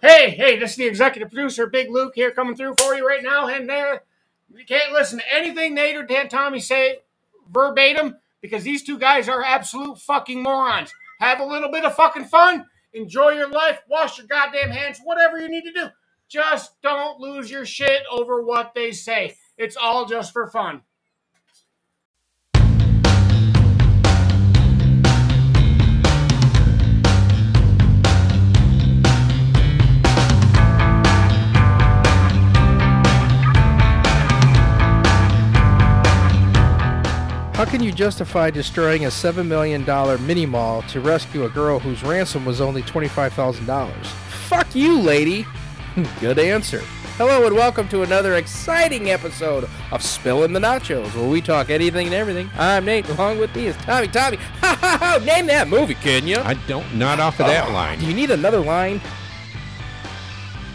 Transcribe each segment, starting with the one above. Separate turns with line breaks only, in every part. Hey, hey, this is the executive producer, Big Luke, here coming through for you right now. And there, you can't listen to anything Nate or Dan Tommy say verbatim because these two guys are absolute fucking morons. Have a little bit of fucking fun, enjoy your life, wash your goddamn hands, whatever you need to do. Just don't lose your shit over what they say. It's all just for fun.
How can you justify destroying a $7 million mini mall to rescue a girl whose ransom was only $25,000? Fuck you, lady! Good answer. Hello, and welcome to another exciting episode of Spilling the Nachos, where we talk anything and everything. I'm Nate, along with me is Tommy. Tommy, ha ha ha! Name that movie, can you?
I don't. Not off of that
Do
line.
you need another line?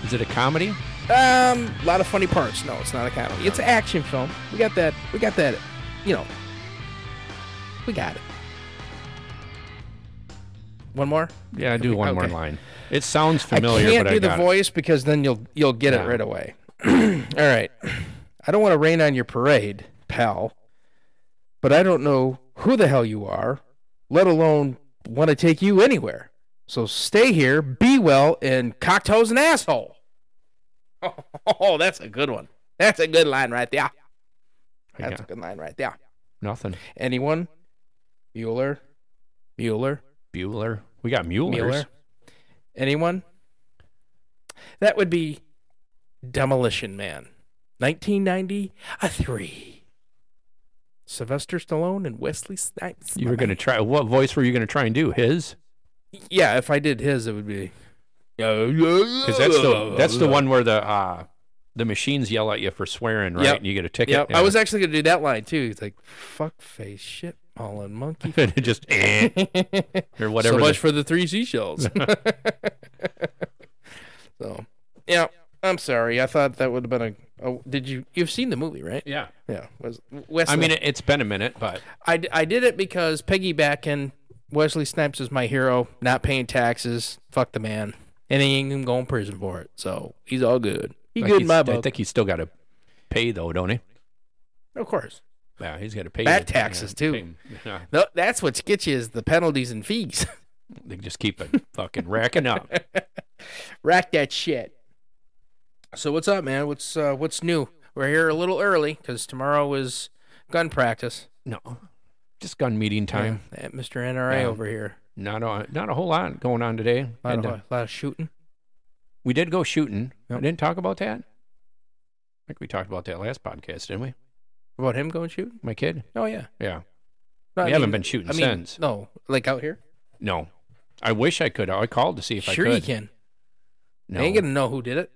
Is it a comedy?
Um, a lot of funny parts. No, it's not a comedy. It's an action film. We got that. We got that. You know, we got it. One more.
Yeah, I do one more
okay.
line. It sounds familiar,
I can't
but
do
I
the
got
voice because then you'll you'll get
Yeah.
it right away. All right. I don't want to rain on your parade, pal. But I don't know who the hell you are, let alone want to take you anywhere. So stay here, be well, and cocktoes an asshole. Oh, that's a good one. That's a good line right there.
it. I
That's a
got
good line right there.
nothing.
Anyone? Bueller? Bueller?
Bueller. We got Mueller's.
Mueller. Anyone? That would be Demolition Man, 1993. Sylvester Stallone and Wesley Snipes.
You were gonna try. What voice were you gonna try and do? His?
Yeah, if I did his, it would be.
Because that's the that's the one where the uh the machines yell at you for swearing, right?
Yep.
And you get a ticket.
Yep.
Yeah.
I was actually gonna do that line too. He's like, "Fuck face, shit, all in monkey."
And it just eh, or whatever.
So much
the-
for the three seashells. so, yeah, I'm sorry. I thought that would have been a. a did you? You've seen the movie, right?
yeah.
Yeah. Was Wesley?
I mean, it, it's been a minute, but
I, d- I did it because Peggy Backen, Wesley Snipes is my hero. Not paying taxes. Fuck the man, and he ain't gonna go in prison for it. So he's all good. He
I think
good in
he's-
my
I
book.
think he's still got to pay though, don't he?
of course.
Yeah, he's got to pay
Back
the-
taxes,
yeah,
too.
pay- yeah.
No, that's what gets you is the penalties and fees.
They just keep it fucking racking up.
Rack that shit. So what's up, man? What's uh, what's new? We're here a little early because tomorrow is gun practice.
No, just gun meeting time.
Yeah, at Mr. NRA
Yeah.
over here.
Not a not a whole lot going on today.
A lot,
And, uh,
of, lot of shooting.
we did go shooting. I
Yep.
didn't talk about that. I think we talked about that last podcast, didn't we?
About him going shooting?
My kid.
Oh yeah.
Yeah.
No,
We haven't been shooting
I mean,
since.
No, like out here.
No, I wish I could. I called to see if
sure
I could.
you can.
No,
They ain't gonna know who did it.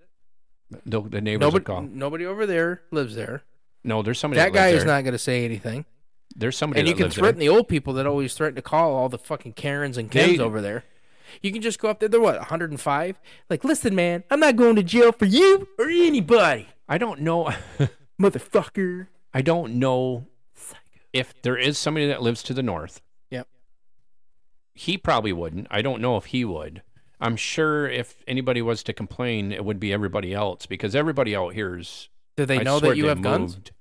the, the neighbors
Nobody,
would call.
nobody over there lives there.
No, there's somebody.
that guy
lives
is
there.
not gonna say anything.
There's somebody.
And you
that
can
lives
threaten the old people that always threaten to call all the fucking Karens and
They-
Kims over there. You can just go up there. They're what 105. Like, listen, man, I'm not going to jail for you or anybody,
There. I don't know.
motherfucker.
I don't know if there is somebody that lives to the north.
Yep.
He probably wouldn't. I don't know if he would. I'm sure if anybody was to complain, it would be everybody else because everybody out here is.
Do they
I
know
swear
that you
they
have guns?
moved.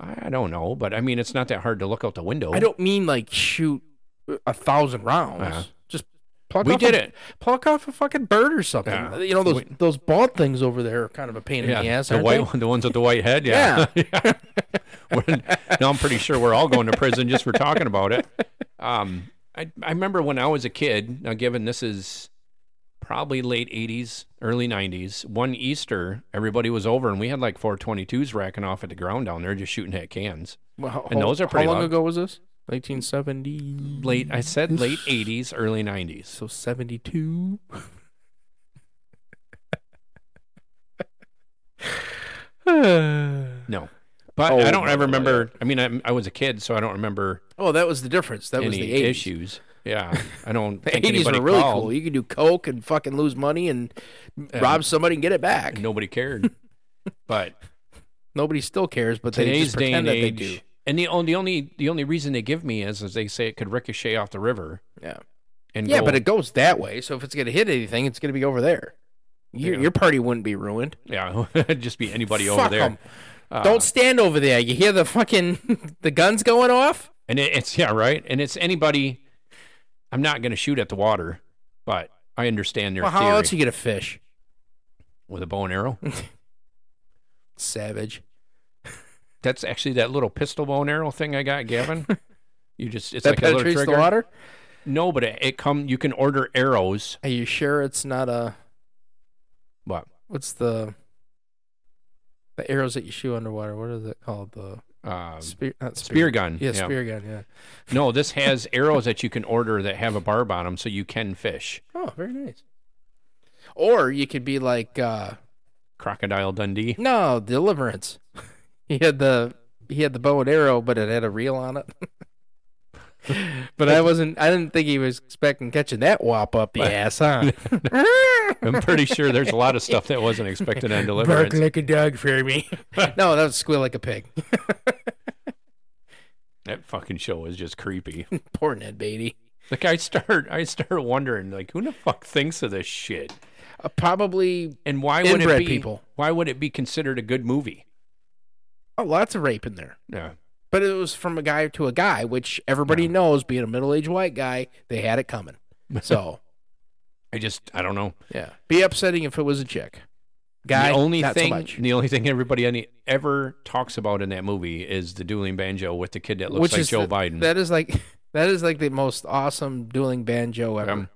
I I don't know, but I mean, it's not that hard to look out the window.
I don't mean like shoot a thousand rounds.
Uh-huh.
Just pluck
We
off
did
a-
it.
Pluck off a fucking bird or something.
Yeah.
You know those
We-
those bald things over there are kind of a pain in the ass.
the
aren't
white
they?
one- the ones with the white head. Yeah. yeah. We're- now I'm pretty sure we're all going to prison just for talking about it. Um, I I remember when I was a kid. Now, given this is probably late '80s, early '90s, one Easter, everybody was over and we had like 422s racking off at the ground down there, just shooting at cans.
Well, how,
And those are pretty
How long
loud.
ago was this? 1970.
Late, I said late '80s, early '90s.
So 72. oh,
No, but
Oh,
I don't ever
my
remember. I mean, I, I was a kid, so I don't remember
Oh, that was the difference. That was
any
the 80s.
issues. Yeah, I don't
The
think
80s
anybody
were really
called.
cool. You could do coke and fucking lose money and rob somebody and get it back.
nobody cared. but
Nobody still cares, but they
today's
just
day
pretend
and
that they do.
age, and the only the only the only reason they give me is is they say it could ricochet off the river
Yeah.
and
Yeah,
go-
but it goes that way. So if it's going to hit anything, it's going to be over there. Your,
Yeah.
your party wouldn't be ruined.
Yeah, it'd just be anybody over
Fuck
there. Uh, Uh-huh.
'em. Don't stand over there. You hear the fucking the guns going off?
And it, it's yeah, right. And it's anybody. I'm not going to shoot at the water, but I understand their
Well, how
theory
else you get a fish?
with a bow and arrow.
Savage.
That's actually that little pistol bow and arrow thing I got, Gavin. you just it's
that
like a little
penetrates
trigger.
the water?
No, but it, it come. You can order arrows,
Are you sure it's not a
but
what's the the arrows that you shoot underwater? What is it called? The
um,
spear, not
spear gun.
Yeah, spear gun. Yeah.
No, this has arrows that you can order that have a barb on them, so you can fish.
Oh, very nice. Or you could be like, uh,
Crocodile Dundee.
no, Deliverance. he had the he had the bow and arrow, but it had a reel on it. but I wasn't. I didn't think he was expecting catching that wop up the ass, huh?
I'm pretty sure there's a lot of stuff that wasn't expected on
Bark
Deliverance.
like a dog for me. no, that was squeal like a pig.
That fucking show is just creepy.
Poor Ned Beatty.
Like I start, I start wondering, like who the fuck thinks of this shit,
Uh, probably
and why would it
Inbred
be?
people.
Why would it be considered a good movie?
oh, lots of rape in there.
Yeah,
But it was from a guy to a guy, which everybody knows, being a middle aged white guy, they had it coming. So,
I just, I don't know.
yeah. Be upsetting if it was a chick. Guy,
the only
not so
thing,
much.
the only thing everybody any, ever talks about in that movie is the dueling banjo with the kid that looks
which
like
is
Joe
the-
Biden.
That is like that is like the most awesome dueling banjo ever.
Um,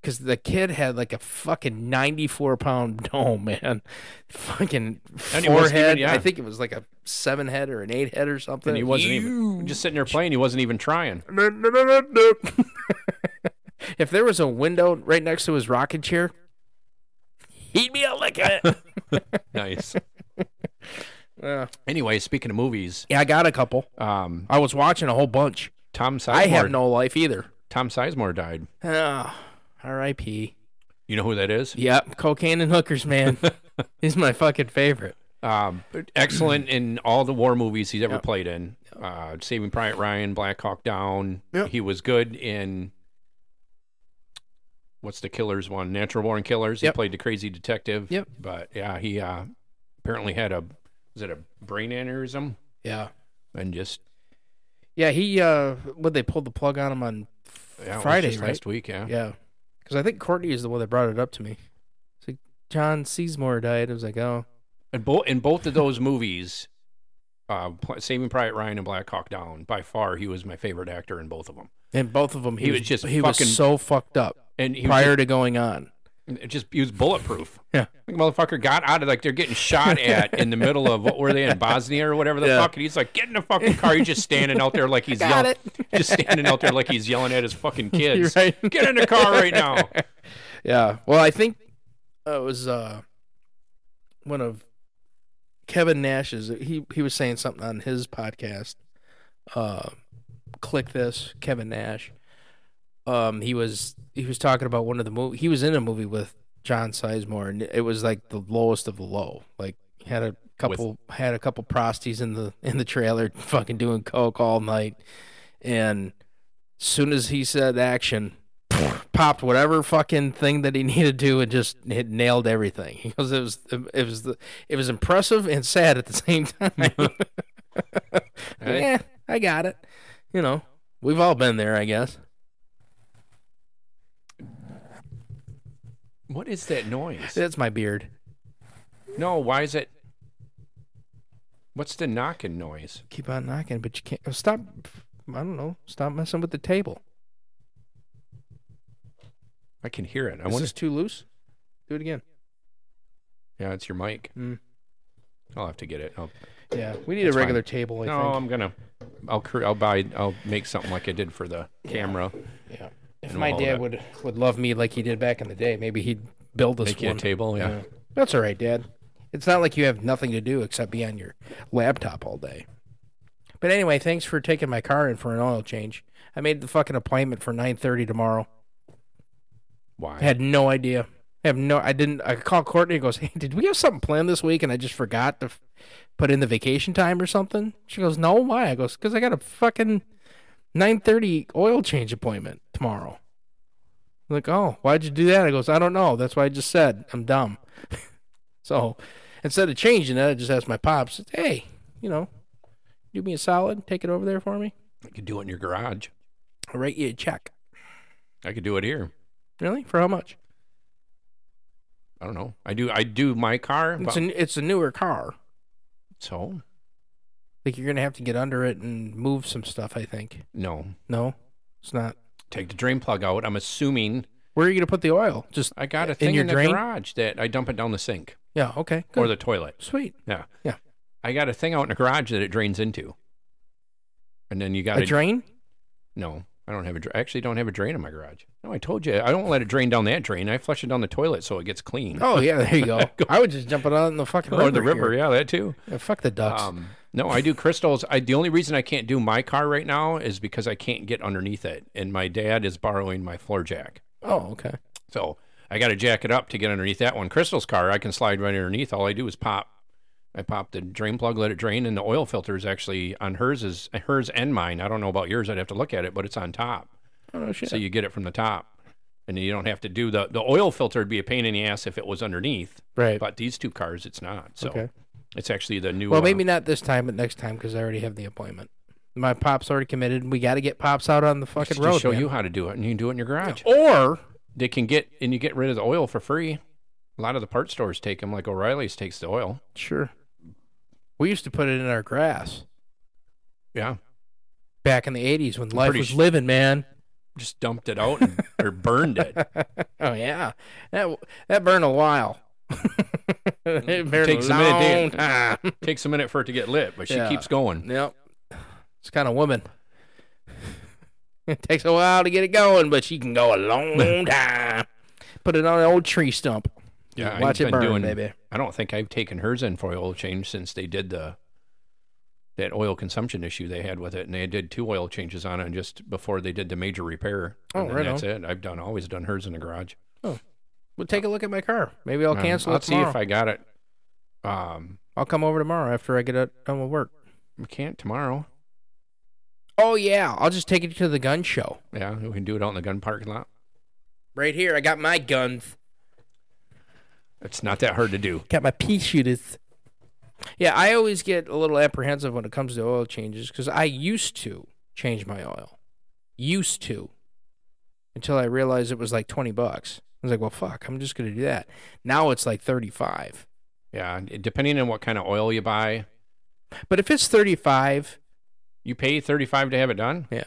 Because the kid had like a fucking ninety-four pound dome, man. Fucking
And he wasn't even-
forehead.
yeah.
I think it was like a seven head or an eight head or something.
and he wasn't even just sitting there playing. He wasn't even trying.
if there was a window right next to his rocking chair, he'd be a lick at it.
Nice.
yeah.
anyway, speaking of movies,
yeah, I got a couple.
um,
I was watching a whole bunch.
Tom Sizemore.
I have no life either.
Tom Sizemore died.
Ah, R.I.P.
You know who that is?
Yep, cocaine and hookers, man. He's my fucking favorite.
Um, excellent in all the war movies he's ever
Yep.
played in. Uh, Saving Private Ryan, Black Hawk Down.
Yep.
He was good in what's the Killers one? Natural Born Killers. He
Yep.
played the crazy detective.
Yep.
But yeah, he uh, apparently had a was it a brain aneurysm
Yeah.
and just
Yeah, he uh what they pulled the plug on him on
yeah, it was
Friday,
just
right?
last week. Yeah.
Yeah. Cuz I think Courtney is the one that brought it up to me. It's like John Seymour died. I was like, "Oh,
And both in both of those movies, uh, Pl- Saving Private Ryan and Black Hawk Down. By far, he was my favorite actor in both of them.
And both of them, he,
He
was,
was just
he
fucking-
was so fucked up
And he was
prior to going on.
It just he was bulletproof.
Yeah.
Like, motherfucker got out of like they're getting shot at in the middle of what were they in Bosnia or whatever the
Yeah.
fuck, and he's like, get in the fucking car. He's just standing out there like he's
Got
yelling, just standing out there like he's yelling at his fucking kids.
right.
Get in the car right now.
Yeah. Well, I think uh, it was uh one of Kevin Nash's. He he was saying something on his podcast. Uh, click this, Kevin Nash. Um, he was he was talking about one of the movie. He was in a movie with John Sizemore, and it was like the lowest of the low. Like had a couple had a couple prosties in the in the trailer, fucking doing coke all night, and soon as he said action, popped whatever fucking thing that he needed to and just hit, nailed everything. He goes, it was it was the, it was impressive and sad at the same time. yeah, I got it. You know, we've all been there, I guess.
What is that noise?
That's my beard.
No, why is it? What's the knocking noise?
Keep on knocking, but you can't oh, stop. I don't know. Stop messing with the table.
I can hear it. I
Is
want
this too loose? Do it again.
Yeah, it's your mic.
Mm.
I'll have to get it. I'll,
Yeah, we need
That's
a regular
fine.
table. I
no, I'm gonna. I'll. cre- I'll buy. I'll make something like I did for the camera.
think. Yeah. If
and
my
all
dad
that.
would would love me like he did back in the day, maybe he'd build us
Make you a
one.
table. yeah.
That's all right, Dad. It's not like you have nothing to do except be on your laptop all day. But anyway, thanks for taking my car in for an oil change. I made the fucking appointment for 9:30 tomorrow.
Why?
I had no idea. I have no. I didn't. I called Courtney. and goes, "Hey, did we have something planned this week?" And I just forgot to f- put in the vacation time or something. She goes, "No, why?" I goes, "Cause I got a fucking 9:30 oil change appointment tomorrow." like, oh, why'd you do that? I goes, I don't know. That's what I just said. I'm dumb. so instead of changing that, I just asked my pops, hey, you know, do me a solid, take it over there for me.
I could do it in your garage.
I'll write you a check.
I could do it here.
Really? For how much?
I don't know. I do. I do my car.
It's
about-
a, it's a newer car.
so
Like you're gonna have to get under it and move some stuff. I think.
no.
No, it's not.
Take the drain plug out. I'm assuming
Where are you gonna put the oil? Just
I got a
In
thing in,
your
the
drain?
garage that I dump it down the sink
yeah. Okay. Good.
or the toilet.
Sweet.
Yeah.
Yeah.
I got a thing out in the garage that it drains into. And then you got
A
to
drain.
No, I don't have a. dra- I actually don't have a drain in my garage. No, I told you I don't let it drain down that drain. I flush it down the toilet so it gets clean.
Oh yeah, there you go. I would just jump it out in the fucking river.
or the river,
here.
yeah, that too.
Yeah, fuck the ducks.
Um, no, I do crystals. I the only reason I can't do my car right now is because I can't get underneath it, and my dad is borrowing my floor jack.
oh okay.
So I got to jack it up to get underneath that one. Crystal's car, I can slide right underneath. All I do is pop. I pop the drain plug, let it drain, and the oil filter is actually on hers is hers and mine. I don't know about yours. I'd have to look at it, but it's on top.
Oh no shit.
So you get it from the top, and you don't have to do the the oil filter. Would be a pain in the ass if it was underneath.
right.
But these two cars, it's not. So
Okay.
it's actually the new.
Well,
uh,
maybe not this time, but next time because I already have the appointment. My pops already committed. We got to get pops out on the
I
fucking
should just
road.
show
man. oh.
you how to do it, and you can do it in your garage.
Or
They can get and you get rid of the oil for free. A lot of the part stores take them, like O'Reilly's takes the oil.
sure. We used to put it in our grass
Yeah,
back in the '80s when life
pretty
was
sh-
living, man.
just dumped it out and, or burned it.
oh yeah, that that burned a while. it burned
Mm, takes
a
a minute,
long
dude.
time.
Takes a minute for it to get lit, but she
Yeah.
keeps going.
Yep, it's kind of woman. It takes a while to get it going, but she can go a long time. Put it on an old tree stump.
Yeah,
watch
I've
it
been
burn, baby.
I don't think I've taken hers in for oil change since they did the that oil consumption issue they had with it, and they did two oil changes on it just before they did the major repair.
Oh,
And then
right on.
That's it. I've done always done hers in the garage.
Well, take a look at my car. Maybe I'll
Um,
cancel
Uh, I'll
it
see
tomorrow.
if I got it. Um,
I'll come over tomorrow after I get out- done with work.
we can't tomorrow.
Oh yeah, I'll just take it to the gun show.
Yeah, we can do it out in the gun parking lot.
Right here, I got my guns.
It's not that hard to do.
Got my pea shooters. Yeah, I always get a little apprehensive when it comes to oil changes because I used to change my oil. Used to. Until I realized it was like 20 bucks. I was like, well, fuck, I'm just going to do that. Now it's like 35.
Yeah, and depending on what kind of oil you buy,
But if it's 35,
you pay thirty five to have it done.
yeah.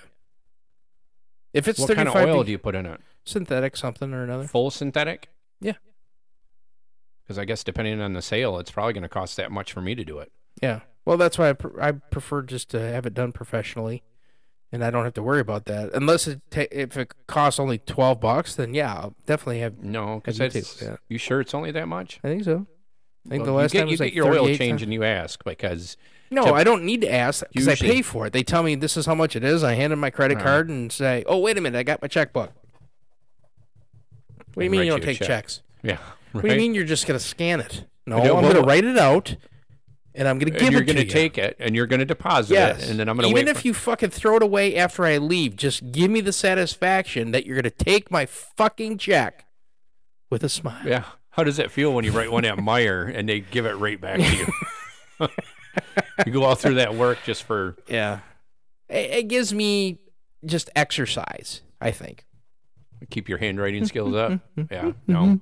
If it's
what
35,
kind of oil
be-
do you put in it?
synthetic something or another.
Full synthetic.
Yeah.
Because I guess depending on the sale, it's probably going to cost that much for me to do it.
Yeah. Well, that's why I, pr- I prefer just to have it done professionally, and I don't have to worry about that. Unless it ta- if it costs only twelve bucks, then yeah, I'll definitely have.
No, because
you
that's
too, yeah.
you sure it's only that much?
I think so. I think
Well,
the last
you get,
time
you
was
get
like
your oil
38
change
cents.
and you ask because
No,
to-
I don't need to ask because I
Usually-
pay for it. They tell me this is how much it is. I hand them my credit
Uh-huh.
card and say, "Oh, wait a minute, I got my checkbook." What do you
And
mean
write
you don't
you a
take
check.
checks?
yeah, right.
What do you mean you're just gonna scan it? No,
Yeah,
I'm
well-
gonna write it out, and I'm gonna
And
give
you're
it
gonna
to you.
take it and you're going to deposit it, and then I'm going to
even
wait.
if
for-
you fucking throw it away after I leave, just give me the satisfaction that you're gonna take my fucking check with a smile.
yeah. How does it feel when you write one at Meyer and they give it right back to you? you go all through that work just for
Yeah, it, it gives me just exercise. I think.
keep your handwriting skills up. Yeah, no,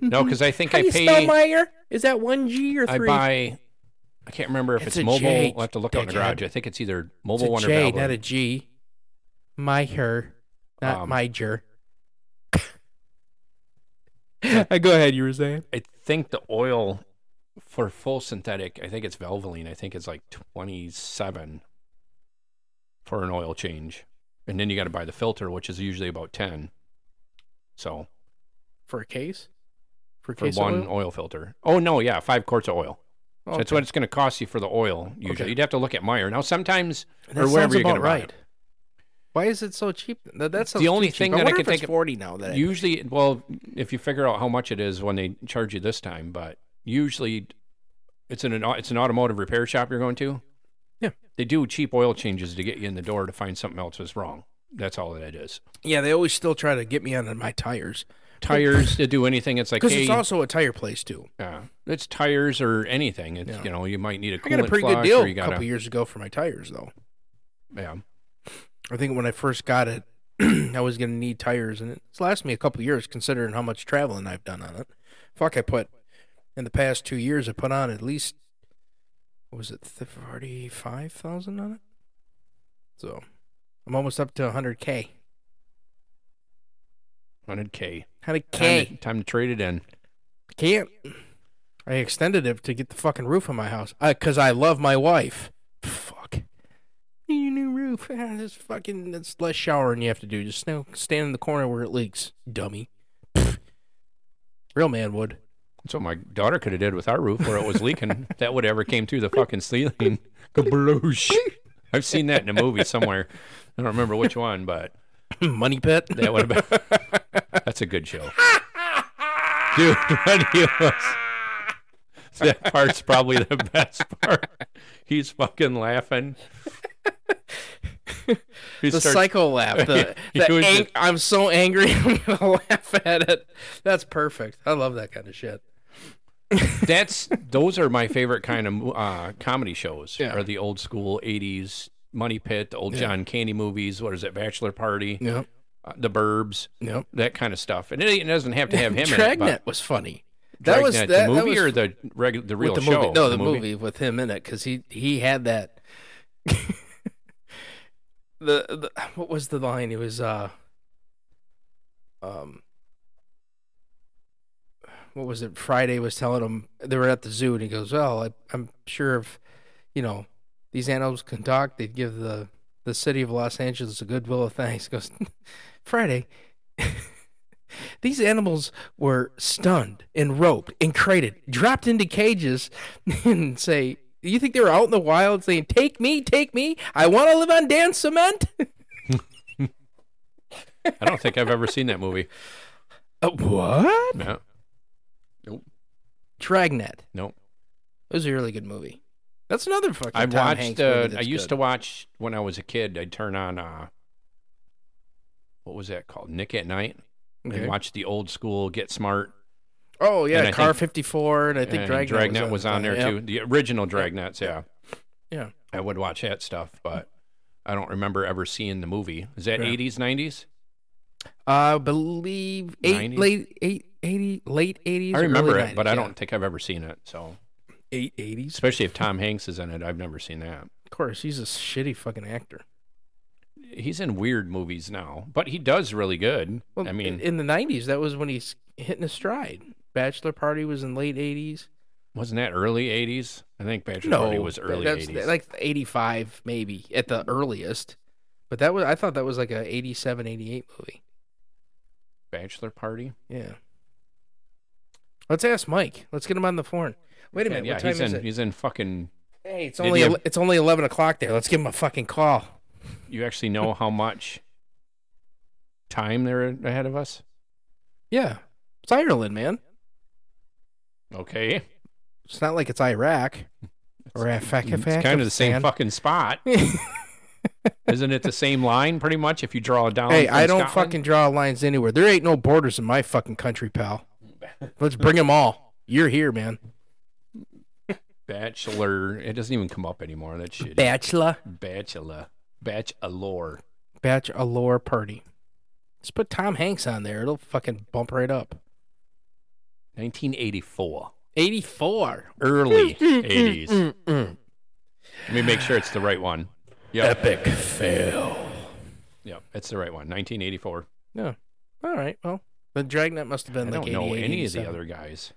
no, because I think
Mm-hmm. How
I
do you
pay.
spell Meyer? Is that one G or
I
three?
buy. I can't remember if
It's
it's,
a
mobile.
J,
I'll have to look out in the
dickhead.
garage. I think it's either
it's
mobile
a
one or
J,
Valvoline.
not a G. Meyer, not
Um,
Miger. Go ahead. You were saying.
I think the oil for full synthetic, I think it's Valvoline. I think it's like 27 for an oil change. And then you got to buy the filter, which is usually about 10. So
For a case? For a
for
case of
one
oil?
oil? filter. Oh, no. Yeah. Five quarts of oil. So that's
Okay.
what it's going to cost you for the oil. Usually
Okay.
you'd have to look at Meyer. Now, sometimes,
That
or
sounds
wherever you're going
about
to buy
right.
it.
Why is it so cheap? That, that's
The only thing that I could think of-
Forty now. That I-
Usually, well, if you figure out how much it is when they charge you this time, but usually it's an it's an automotive repair shop you're going to.
Yeah.
They do cheap oil changes to get you in the door to find something else is wrong. That's all that is.
Yeah, they always still try to get me on my tires
Tires to do anything. It's like
because
hey,
it's also a tire place too.
uh, it's tires or anything. It's
Yeah.
you know you might need a.
I got a
coolant
pretty good
flux
deal
or
a
you gotta-
couple years ago for my tires though.
Yeah.
I think when I first got it, I was going to need tires, and it's lasted me a couple years considering how much traveling I've done on it. Fuck, I put in the past two years, I put on at least what was it, thirty-five thousand on it. So I'm almost up to hundred k.
100k.
Hundred
Time
k.
to, time to trade it in.
Can't. I extended it to get the fucking roof on my house because I love my wife. Fuck. Need a new roof. Ah, It's fucking. It's less showering you have to do. Just stand, stand in the corner where it leaks, dummy. Pfft. Real man would.
That's what my daughter could have did with our roof where it was leaking. that would ever came through the fucking ceiling. Kabloosh. I've seen that in a movie somewhere. I don't remember which one, but
Money pit.
that would have been. That's a good show, dude. When he was, that part's probably the best part. He's fucking laughing. He
The
starts-
psycho laugh. The,
He
the
was
ang-
just-
I'm so angry. I'm gonna laugh at it. That's perfect. I love that kind of shit.
that's those are my favorite kind of uh, comedy shows.
Yeah.
Are the old school '80s Money Pit, the old John Candy movies. What is it, Bachelor Party,
Yep.
uh, The Burbs,
Yep.
that kind of stuff. And it, ain't- it doesn't have to have him in
Dragnet
it.
was funny.
But
That was
Dragnet,
that,
the
that
movie
was
or the regular, the real
with the
show.
movie. No, the, movie. with him in it because he he had that. the, the what was the line? It was uh, um, what was it? Friday was telling him they were at the zoo, and he goes, "Well, I, I'm sure if you know these animals can talk, they'd give the the city of Los Angeles a goodwill of thanks." He goes, Friday. These animals were stunned and roped and crated, dropped into cages, and say, "You think they were out in the wild saying, take me, take me? I want to live on Dan cement."
I don't think I've ever seen that movie.
Uh, what?
No,
Dragnet.
no.
It was a really good movie. That's another fucking.
I
Tom Hanks movie
watched. Uh, I
that's
used
good.
to watch when I was a kid. I'd turn on. Uh, what was that called? Nick at Night.
Okay.
And watch the old school Get Smart.
Oh
and
yeah,
I
Car
think-
Fifty Four, and I think
and
Dragnet,
Dragnet was on there
Yep.
too. The original Dragnets, yeah.
Yeah.
I would watch that stuff, but I don't remember ever seeing the movie. Is that
Yeah.
80s, 90s?
I Uh, believe eight,
90s?
late eight, 80, late eighties.
I remember it, but I don't think I've ever seen it. So,
Eight eighties.
especially if Tom Hanks is in it, I've never seen that.
Of course, he's a shitty fucking actor.
He's in weird movies now, but he does really good.
Well,
I mean,
in the '90s, that was when he's hitting a stride. Bachelor Party was in late '80s.
wasn't that early 80s? I think Bachelor Party was early
that's
80s.
like '85 maybe at the earliest. But that was I thought that was like a '87, '88 movie.
Bachelor Party?
Yeah. Let's ask Mike. Let's get him on the phone. Wait a minute.
yeah,
what time
he's
is
in,
it?
he's in fucking.
Hey, it's
Did
only
you-
ele- it's only 11 o'clock there. Let's give him a fucking call.
You actually know how much time they're ahead of us?
Yeah, it's Ireland, man.
Okay.
It's not like it's Iraq or Afghanistan.
It's kind of the same fucking spot. Isn't it the same line pretty much if you draw it down?
Hey,
from
I don't
Scotland?
fucking draw lines anywhere. There ain't no borders in my fucking country, pal. Let's bring them all. You're here, man.
bachelor. It doesn't even come up anymore. That shit.
Bachelor.
bachelor. Bachelor.
Bachelor party. Let's put Tom Hanks on there. It'll fucking bump right up.
1984.
84.
Early 80s. Let me make sure it's the right one. Yep.
Epic fail.
Yep. It's the right one. 1984.
No. All right. Well, the Dragnet must have been
I
like
don't know
88,
any of the
87.
other guys.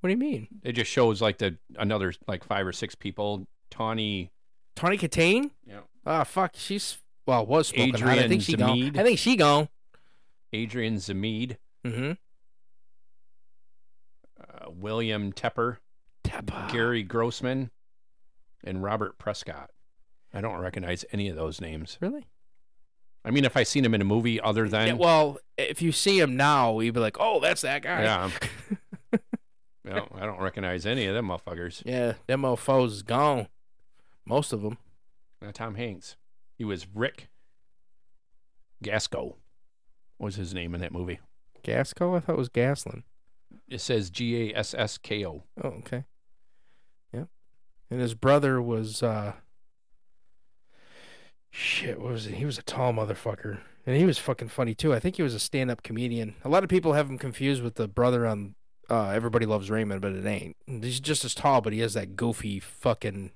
What do you mean?
It just shows like the another like five or six people. Tawny.
Tawny Katane?
Yeah.
Ah, fuck. She's, well, was smoking hot. I
Adrian
think she gone.
Zemid.
I think she gone.
Adrian Zamid.
Mm-hmm.
Uh, William Tepper. Gary
Ah.
Grossman and Robert Prescott. I don't recognize any of those names.
Really?
I mean, if I seen him in a movie other than
Yeah, well, if you see him now, you'd be like, oh, that's that guy.
yeah, No, I don't recognize any of them motherfuckers.
Yeah, them mofos is gone. Most of them.
Uh, Now, Tom Hanks, he was Rick Gasco was his name in that movie.
Gasco? I thought it was Gaslin.
It says G A S S K O.
Oh, okay. Yep. And his brother was uh shit, what was it? He was a tall motherfucker. And he was fucking funny too. I think he was a stand up comedian. A lot of people have him confused with the brother on uh, Everybody Loves Raymond, but it ain't. He's just as tall, but he has that goofy fucking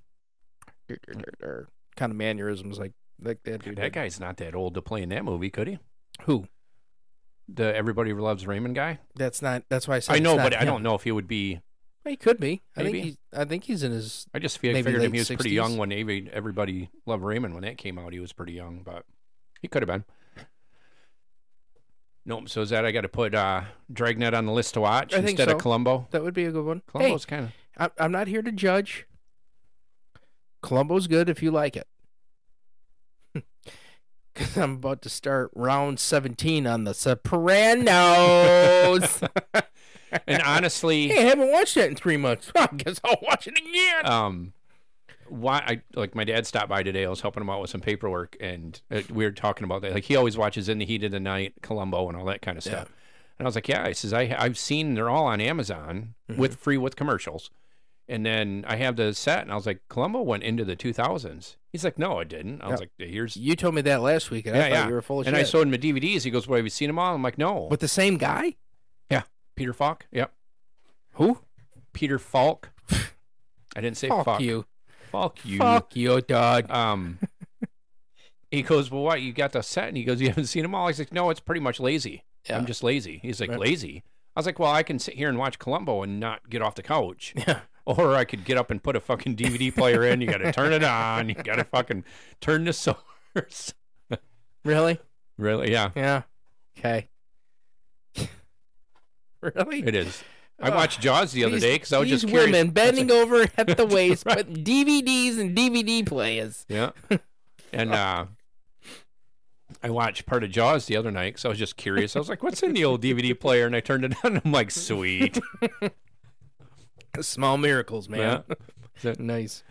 uh, kind of mannerisms like like that dude.
That
did.
guy's not that old to play in that movie, could he?
Who?
The Everybody Loves Raymond guy.
That's not. That's why I said.
I
it's
know,
not
but I
him.
don't know if he would be.
He could be. I think
Maybe.
he's. I think he's in his
I just feel,
Maybe
figured him.
late
He was
60s?
pretty young when Every- Everybody Loved Raymond when that came out. He was pretty young, but he could have been. Nope. So is that I got to put uh, Dragnet on the list to watch
I think
instead
so.
of Columbo?
That would be a good one.
Columbo's kind of
Hey, I- I'm not here to judge. Columbo's good if you like it. Because I'm about to start round 17 on The Sopranos.
and honestly.
hey, I haven't watched that in three months. I guess I'll watch it again.
um why I like my dad stopped by today. I was helping him out with some paperwork, and uh, we were talking about that. Like he always watches In the Heat of the Night, Columbo, and all that kind of stuff. And I was like, yeah, I says I I've seen they're all on Amazon
Mm-hmm.
with free with commercials. And then I have the set, and I was like, Columbo went into the 2000s. He's like, no, it didn't. I was like, here's
you told me that last week, and I
yeah,
thought
yeah.
you were full of
and I
shit.
showed him the DVDs. He goes, well, have you seen them all? I'm like, no.
With the same guy?
Peter Falk? Yep.
Who?
Peter Falk. I didn't say
Fuck,
Falk.
you.
Fuck you.
Fuck you, dog.
Um, he goes, well, what? You got the set? And he goes, you haven't seen them all? I was like, no, it's pretty much lazy.
Yeah.
I'm just lazy. He's like,
Right.
lazy? I was like, well, I can sit here and watch Columbo and not get off the couch.
Yeah.
Or I could get up and put a fucking DVD player in. You got to turn it on. You got to fucking turn the source.
Really?
Really? Yeah,
Yeah. Okay. really?
it is. I
Ugh.
watched Jaws the other
These-
day because I was
these
just curious.
women bending over at the waist, but DVDs and DVD players.
Yeah. And uh, I watched part of Jaws the other night because I was just curious. I was like, what's in the old DVD player? And I turned it on. And I'm like, sweet.
Small miracles, man.
Yeah.
nice.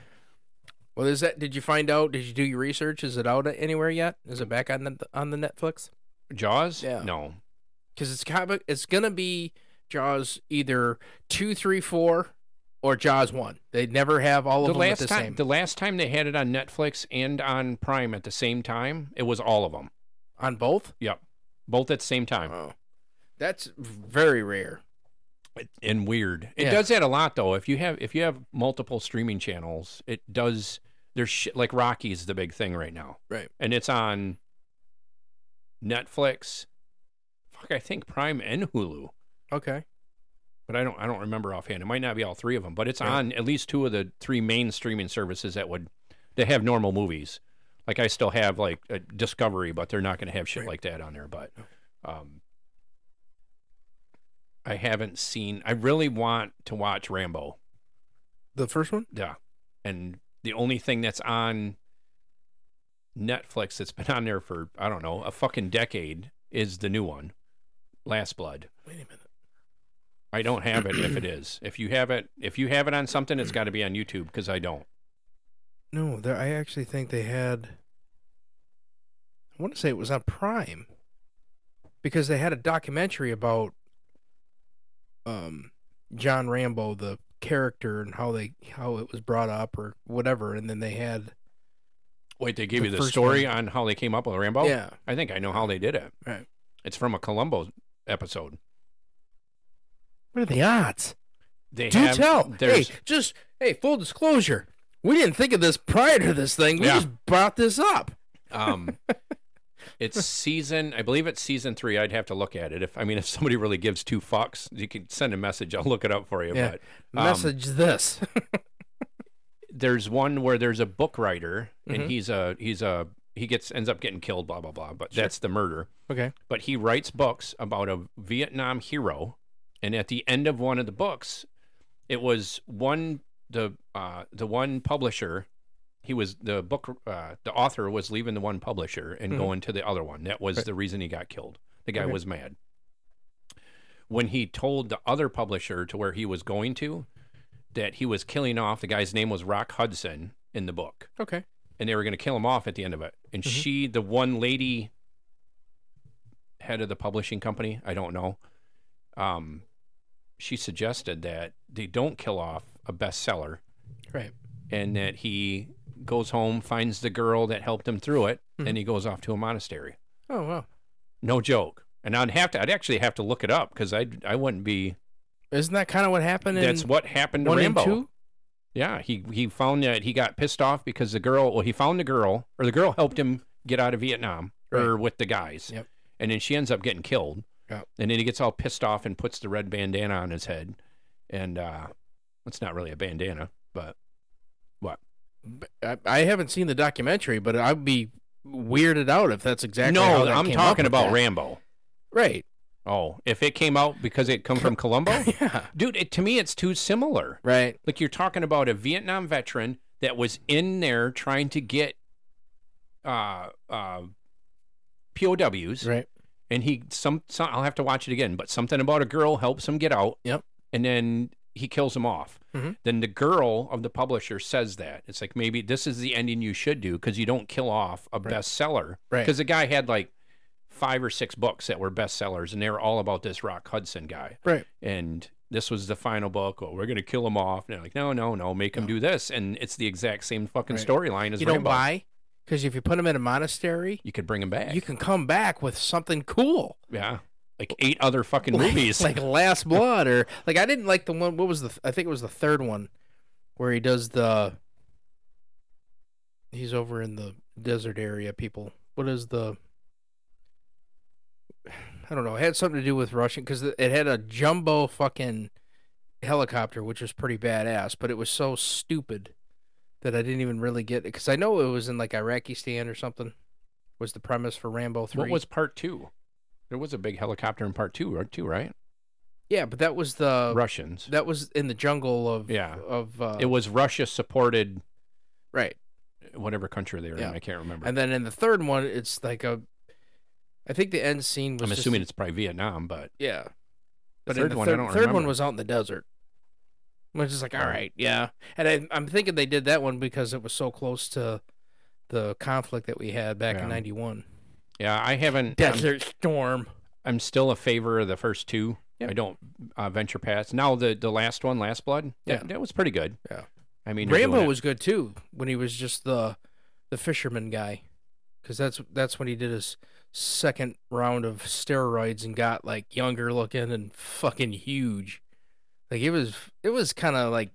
Well, is that? Did you find out? Did you do your research? Is it out anywhere yet? Is it back on the on the Netflix?
Jaws?
Yeah.
No.
Because it's kind of, it's gonna be Jaws either two, three, four, or Jaws one. They never have all of
The
them at
last
the
time
same.
the last time they had it on Netflix and on Prime at the same time, it was all of them.
on both.
Yep. Both at the same time.
Oh, that's very rare.
and weird. It
Yeah.
does that a lot though. If you have if you have multiple streaming channels, it does there's shit like Rocky's the big thing right now.
Right.
And it's on Netflix. Fuck, I think Prime and Hulu.
Okay.
But I don't I don't remember offhand. It might not be all three of them, but it's
Yeah.
on at least two of the three main streaming services that would that have normal movies. Like I still have like a Discovery, but they're not going to have shit
Right.
like that on there, but um I haven't seen I really want to watch Rambo.
The first one.
Yeah. And the only thing that's on Netflix that's been on there for, I don't know, a fucking decade is the new one, Last Blood.
Wait a minute.
I don't have it if it is. If you have it, if you have it on something, it's got to be on YouTube because I don't.
No, there, I actually think they had. I want to say it was on Prime, because they had a documentary about um, John Rambo, the character, and how they how it was brought up or whatever, and then they had
Wait, they gave
The
you the
first
story on how they came up with Rambo?
yeah
I think I know how they did it.
Right.
It's from a Columbo episode.
what are the odds?
They
Do
have,
tell.
There's,
Hey, just hey, full disclosure, we didn't think of this prior to this thing. We
Yeah.
just brought this up.
Um, it's season, I believe it's season three. I'd have to look at it. If I mean, if somebody really gives two fucks, you can send a message. I'll look it up for you.
Yeah.
But um,
Message this.
there's one where there's a book writer and
Mm-hmm.
he's a he's a he gets ends up getting killed. Blah blah blah. But that's the murder.
okay.
But he writes books about a Vietnam hero, and at the end of one of the books, it was one the uh, the one publisher. He was the book. Uh, the author was leaving the one publisher and
Mhm.
going to the other one. That was
Right.
the reason he got killed. The guy
Okay.
was mad. When he told the other publisher to where he was going to, that he was killing off the guy's name was Rock Hudson in the book
Okay. Mm-hmm.
and they were going to kill him off at the end of it. And she, the one lady head of the publishing company, I don't know, um, she suggested that they don't kill off a bestseller
Right.
and that he goes home, finds the girl that helped him through it,
Mm-hmm.
and he goes off to a monastery.
Oh wow.
No joke. And I'd have to, I'd actually have to look it up because I, I wouldn't be.
Isn't that kind of what happened?
That's
in
what happened to
one
Rambo.
and two.
Yeah, he he found that he got pissed off because the girl. Well, he found the girl, or the girl helped him get out of Vietnam, or with the guys.
Yep.
And then she ends up getting killed.
Yep.
And then he gets all pissed off and puts the red bandana on his head, and uh, it's not really a bandana, but
I, I haven't seen the documentary, but I'd be weirded out if that's exactly. how
no,
that
I'm
came
talking
up with
about
that.
Rambo.
Right.
Oh, if it came out because it come from Colombo,
Yeah.
dude, it, to me it's too similar.
Right.
Like you're talking about a Vietnam veteran that was in there trying to get uh, uh, POWs,
Right.
and he some, some I'll have to watch it again, but something about a girl helps him get out.
Yep.
And then he kills him off.
Mhm.
Then the girl of the publisher says that it's like maybe this is the ending you should do because you don't kill off a bestseller
Right.
because the guy had like five or six books that were bestsellers and they were all about this Rock Hudson guy
Right.
and this was the final book. Oh, we're gonna kill him off. And they're like, no, no, no, make him do this. And it's the exact same fucking
Right.
storyline as
You know
Rambo.
why? Because if you put them in a monastery,
You could bring him back.
you can come back with something cool.
yeah, like eight other fucking
Like-
movies.
like Last Blood or like I didn't like the one. What was the? I think it was the third one, where he does the. He's over in the desert area. People, what is the? I don't know. It had something to do with Russian because it had a jumbo fucking helicopter, which was pretty badass. But it was so stupid that I didn't even really get it because I know it was in like Iraqi stand or something. Was the premise for Rambo three?
what was part two? There was a big helicopter in part two, or two, right?
yeah, but that was the
Russians.
That was in the jungle of
Yeah.
of uh,
it was Russia supported
right.
whatever country they were
Yeah.
in. I can't remember.
And then in the third one, it's like a. I think the end scene was.
I'm
just-
assuming it's probably Vietnam, but
yeah. But in
third
the
one, I
third,
don't
third one
remember.
was out in the desert. Which is like all
Oh.
right, yeah. And I, I'm thinking they did that one because it was so close to the conflict that we had back
Yeah.
in '91.
yeah, I haven't. I'm-
Desert Storm.
I'm still a favor of the first two.
Yeah.
I don't uh, venture past. Now the the last one, Last Blood, that,
Yeah.
that was pretty good.
Yeah.
I mean they're
Rambo
doing it-
was good too when he was just the the fisherman guy, because that's that's when he did his second round of steroids and got like younger looking and fucking huge. Like it was it was kind of like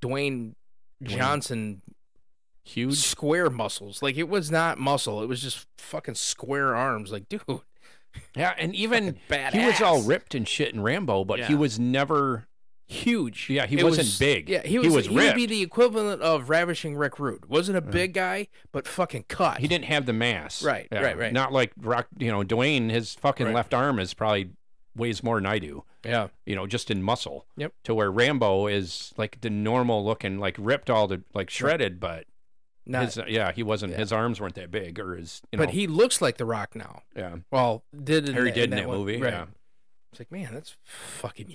Dwayne Johnson
huge.
square muscles. Like it was not muscle; it was just fucking square arms. Like dude,
Yeah, and even
badass.
he was all ripped and shit in Rambo, but he
Yeah.
was never.
huge.
Yeah, he
It
wasn't
was-
big.
Yeah, he
He
was. He,
was
would be
ripped.
the equivalent of ravishing Rick Rude. Wasn't a big guy, but fucking cut.
He didn't have the mass.
Right,
Yeah.
right, right.
Not like Rock. You know, Dwayne, his fucking
Right.
left arm is probably weighs more than I do.
Yeah.
You know, just in muscle.
Yep.
To where Rambo is like the normal looking, like ripped all the like shredded, but
Not,
his uh, yeah, he wasn't.
Yeah.
His arms weren't that big, or his. You know,
but he looks like The Rock now.
yeah.
Well, did in
Harry
that,
did
in
in
that,
that
one-
movie,
Right.
yeah.
It's like, man, that's fucking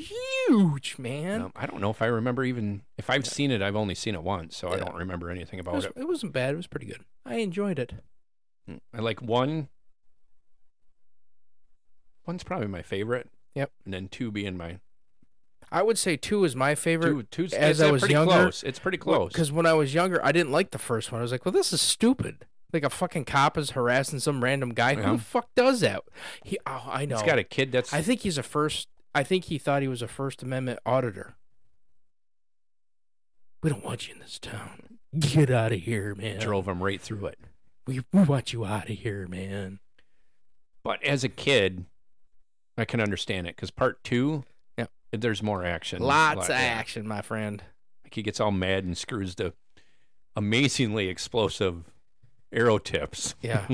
huge, man.
Um, I don't know if I remember even if I've seen it. I've only seen it once, so I
Yeah.
don't remember anything
it,
about
was,
it. Mm.
it wasn't bad. It was pretty good. I enjoyed it.
I like one. One's probably my favorite.
Yep.
and then two being my
I would say two is my favorite.
two. Two's
as
it's
I was
pretty
younger-
close. It's pretty close.
Because when I was younger, I didn't like the first one. I was like, well, this is stupid. Like a fucking cop is harassing some random guy. Who
Yeah.
the fuck does that? He, oh, I know.
It's got a kid that's
I think he's a first. I think he thought he was a First Amendment auditor. We don't want you in this town. Get out of here, man.
drove him right through it.
We, we want you out of here, man.
But as a kid, I can understand it because part two,
Yep.
there's more action.
Lots of
Lot- yeah.
action, my friend.
Like he gets all mad and screws the amazingly explosive arrow tips.
Yeah.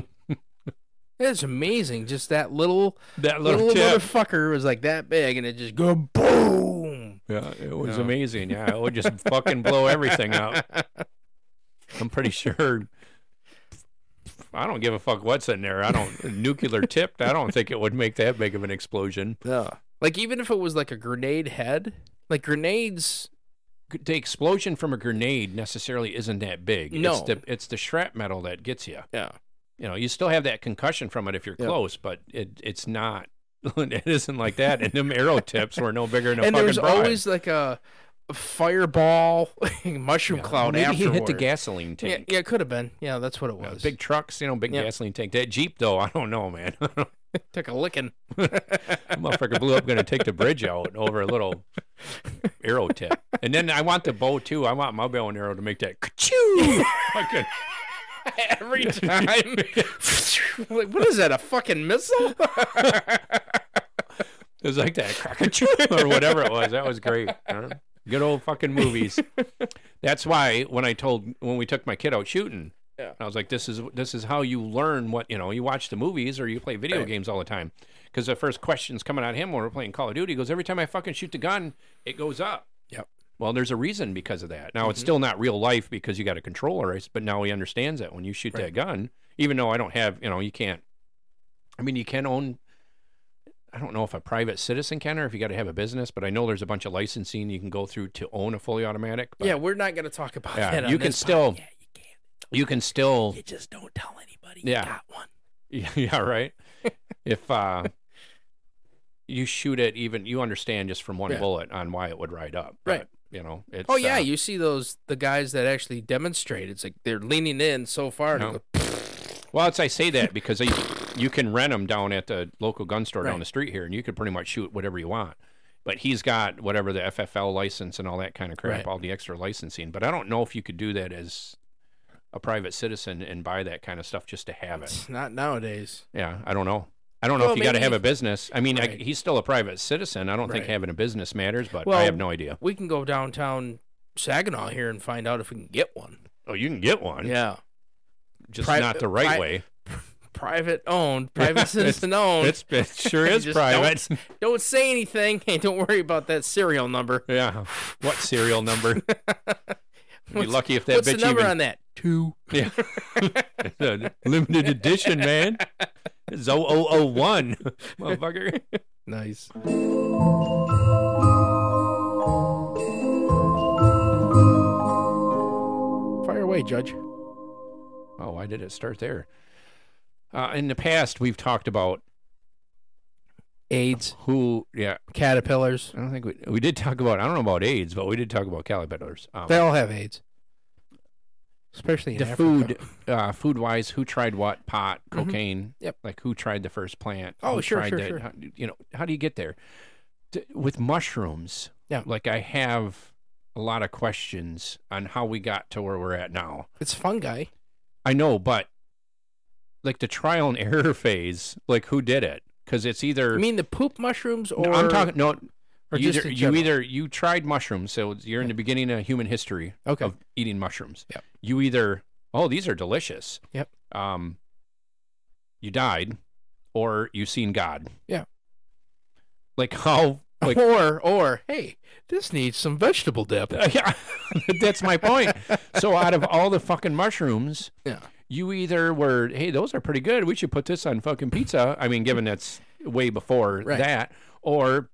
it's amazing. Just that little
That
little,
little tip.
motherfucker was like that big and it just go boom.
Yeah, it was
Yeah.
amazing. Yeah, it would just fucking blow everything up. I'm pretty sure. I don't give a fuck what's in there. I don't nuclear tipped. I don't think it would make that big of an explosion.
Yeah. Like even if it was like a grenade head, like grenades
The explosion from a grenade necessarily isn't that big.
No.
it's the, it's the shrap metal that gets you.
Yeah.
you know, you still have that concussion from it if you're
Yep.
close, but it it's not. it isn't like that. And them arrow tips were no bigger than a
and
fucking
there's
bribe.
always like a fireball mushroom cloud
Maybe
afterward.
he hit the gasoline
Yeah,
tank. Uh,
yeah, it could have been. Yeah, that's what it was.
Big trucks, you know, big
Yeah.
gasoline tank. That Jeep, though, I don't know, man. That
took a licking.
motherfucker blew up, going to take the bridge out over a little arrow tip. And then I want the bow, too. I want my bow and arrow to make that ka-choo. Fucking-
every time. like, what is that? A fucking missile?
It was like that cockachoo or whatever it was. That was great. Huh? Good old fucking movies. That's why when I told when we took my kid out shooting,
Yeah.
I was like, "This is this is how you learn what you know. You watch the movies or you play video games all the time." Because the first questions coming at him when we're playing Call of Duty he goes, "Every time I fucking shoot the gun, it goes up."
Yep. Mm-hmm.
Well, there's a reason because of that. Now it's still not real life because you got a controller, I s- but now he understands that when you shoot that gun, even though I don't have, you know, you can't. I mean, you can own. I don't know if a private citizen can or if you got to have a business, but I know there's a bunch of licensing you can go through to own a fully automatic. But
yeah, we're not going to talk about
Yeah,
that. on
you can
this
still-
pod- Yeah, you can.
you can still
You just don't tell anybody
Yeah.
you got one.
Yeah, yeah, right. if uh, you shoot it, even you understand just from one
Yeah.
bullet on why it would ride up,
Right.
But, You know, it's
Oh yeah,
uh,
you see those the guys that actually demonstrate. It's like they're leaning in so far. and
No.
go,
well, it's I say that because they, you can rent them down at the local gun store
Right.
down the street here, and you could pretty much shoot whatever you want. But he's got whatever the FFL license and all that kind of crap,
Right.
all the extra licensing. But I don't know if you could do that as a private citizen and buy that kind of stuff just to have it.
"It's not nowadays.
Yeah, I don't know. I don't know
Well,
if you got to
maybe-
have a business. I mean,
Right.
I, he's still a private citizen. I don't think
Right.
having a business matters, but
Well-
I have no idea.
We can go downtown Saginaw here and find out if we can get one.
Oh, you can get one,
Yeah,
just
Pri-
not the right
pri-
way.
private owned, private
It's-
citizen owned.
It's, it sure is
Just
private.
Don't say anything. Hey, don't worry about that serial number.
yeah. What serial number? Be
What's-
lucky if that
What's the
bitch
number
even.
on that? Two.
yeah. It's a limited edition, man. It's oh, 0001. Motherfucker.
Nice. Fire away, Judge.
Oh, why did it start there? Uh, in the past, we've talked about
AIDS,
who, yeah,
caterpillars.
I don't think we we did talk about I don't know about AIDS, but we did talk about caterpillars. Um,
They all have AIDS, especially in
the
Africa.
food, uh, food wise, who tried what? Pot,
Mhm.
cocaine.
Yep.
Like who tried the first plant?
Oh,
who
sure,
tried
sure,
the-
sure.
how- you know, how do you get there? D- with mushrooms.
Yeah.
Like I have a lot of questions on how we got to where we're at now.
It's fungi.
I know, but like the trial and error phase, like who did it? Because it's either
You mean the poop mushrooms, or
No, I'm talking no.
or
you
just
either,
in
you
general?
either you tried mushrooms, so you're in the beginning of human history
Okay.
of eating mushrooms.
Yep.
You either oh these are delicious.
Yep.
Um, you died, or you seen God.
Yeah.
Like how? Like
or or hey, this needs some vegetable dip.
yeah, that's my point. so out of all the fucking mushrooms,
Yeah.
you either were hey those are pretty good. We should put this on fucking pizza. I mean, given that's way before
Right.
that, or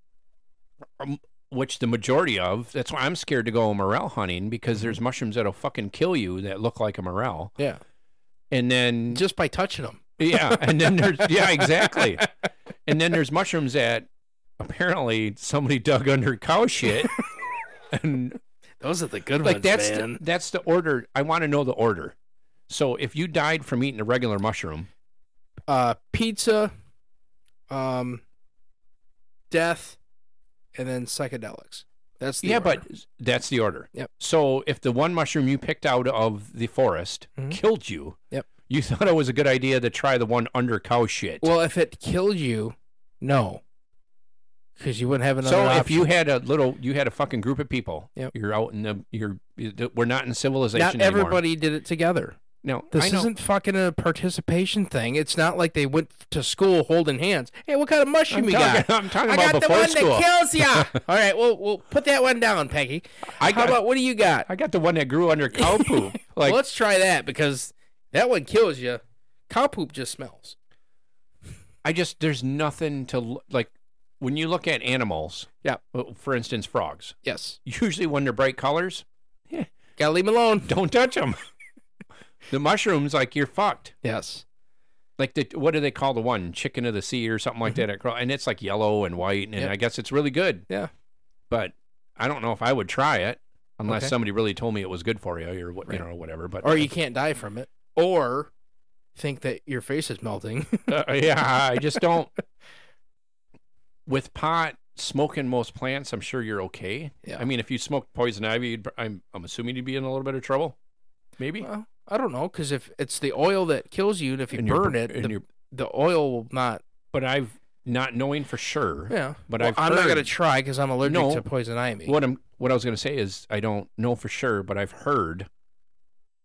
um, which the majority of. That's why I'm scared to go morel hunting because
Mm-hmm.
there's mushrooms that'll fucking kill you that look like a morel,
Yeah,
and then
just by touching them.
yeah, and then there's yeah, exactly. And then there's mushrooms that apparently somebody dug under cow shit and
Those are the good
like
ones,
that's the,
man.
that's the order. I want to know the order. So if you died from eating a regular mushroom,
uh, pizza, um, death, and then psychedelics. That's the
yeah,
order.
but that's the order.
Yep.
So if the one mushroom you picked out of the forest
Mhm.
killed you,
Yep.
you thought it was a good idea to try the one under cow shit.
well, if it killed you, no, because you wouldn't have another.
so if you
option.
had a little, you had a fucking group of people.
Yep.
You're out in the. You're. you- We're not in civilization.
not
anymore.
everybody did it together.
No,
This
I know.
isn't fucking a participation thing. It's not like they went to school holding hands. Hey, what kind of mushroom
I'm
you
talking,
got?
I'm talking
I
about
got the
before
one
school.
that kills ya. All right, well, we'll put that one down, Peggy.
I
How
got.
about what do you got?
I got the one that grew under cow poop. Like
well, let's try that because that one kills you. Cow poop just smells.
I just there's nothing to l- like when you look at animals.
Yeah.
uh, For instance, frogs.
Yes,
Usually, when they're bright colors,
gotta leave 'em alone.
don't touch them. the mushrooms, like you're fucked.
Yes,
like the what do they call the one chicken of the sea or something like that at Craw- and it's like yellow and white and
Mm-hmm. Yep.
i guess it's really good
Yeah.
but i don't know if i would try it unless
Okay.
somebody really told me it was good for you or what
Right.
you know whatever but
Or you can't die from it. Or think that your face is melting.
Uh, yeah i just don't with pot smoking most plants i'm sure you're okay
Yeah.
i mean if you smoked poison ivy you'd, pr- I'm, I'm assuming you'd be in a little bit of trouble maybe
Well, I don't know because if it's the oil that kills you, and if you
And you're
burn
bur-
it,
and
the,
you're-
the oil will not.
but i've not knowing for sure
Yeah,
But
Well,
I've
I'm not gonna
heard-
try because I'm allergic
No.
to poison ivy.
What I'm what I was going to say is I don't know for sure, but I've heard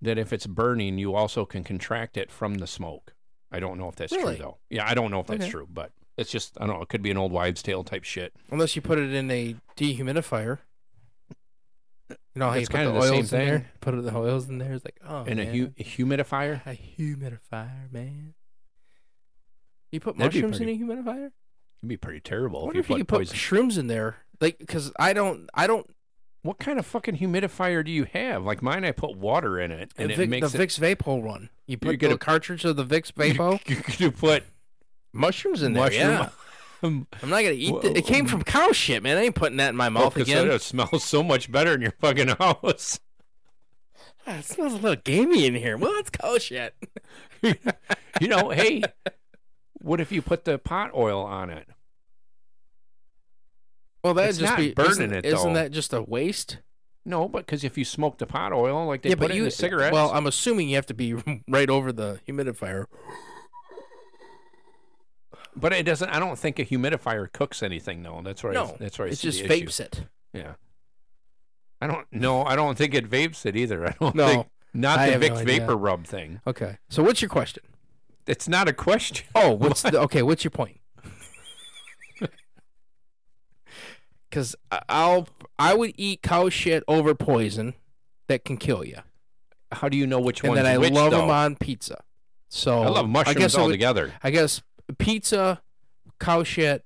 that if it's burning, you also can contract it from the smoke. I don't know if that's
Really?
true though. Yeah, I don't know if that's
Okay.
true, but it's just I don't know. It could be an old wives' tale type shit.
Unless you put it in a dehumidifier. You know how
That's
you put
kinda
the
the same
oils in
thing.
there? Put the oils in there. It's like, oh,
And a,
man.
hu- a humidifier.
a humidifier, man. You put
That'd be
mushrooms in a
pretty-
humidifier?
It'd be pretty terrible
I wonder if you
put
could put
poison.
shrooms in there, like because I don't, I don't.
what kind of fucking humidifier do you have? Like mine, I put water in it, and
the
it
Vic,
makes
the
it.
Vicks Vapo one. You put
gonna-
the cartridge of the Vicks Vapo
you, you put
mushrooms in there.
mushroom.
Yeah, I'm not gonna eat. The, it came from cow shit, man. I ain't putting that in my mouth
because
again.
it smells so much better in your fucking house.
Ah, it smells a little gamey in here. Well, it's cow shit.
you know, hey, what if you put the pot oil on it?
Well, that'd
It's
just
not
be
burning
isn't,
it,
Isn't
though.
that just a waste?
No, but because if you smoke the pot oil, like they put it in the cigarettes,
Well, uh, I'm assuming you have to be right over the humidifier.
but it doesn't. I don't think a humidifier cooks anything, though. That's right.
no,
that's right.
It just vapes it.
Yeah. I don't. No, I don't think it vapes it either. I don't
No,
think. Not
I
the
have no
Vicks
idea.
vapor rub thing.
Okay. So what's your question?
It's not a question.
Oh, what's the, okay? What's your point? Because I'll I would eat cow shit over poison that can kill you,
How do you know which
and
one's
then I
which,
love
though?
them on pizza. So
I love
I guess
mushrooms
I would-
altogether.
I guess pizza, cow shit,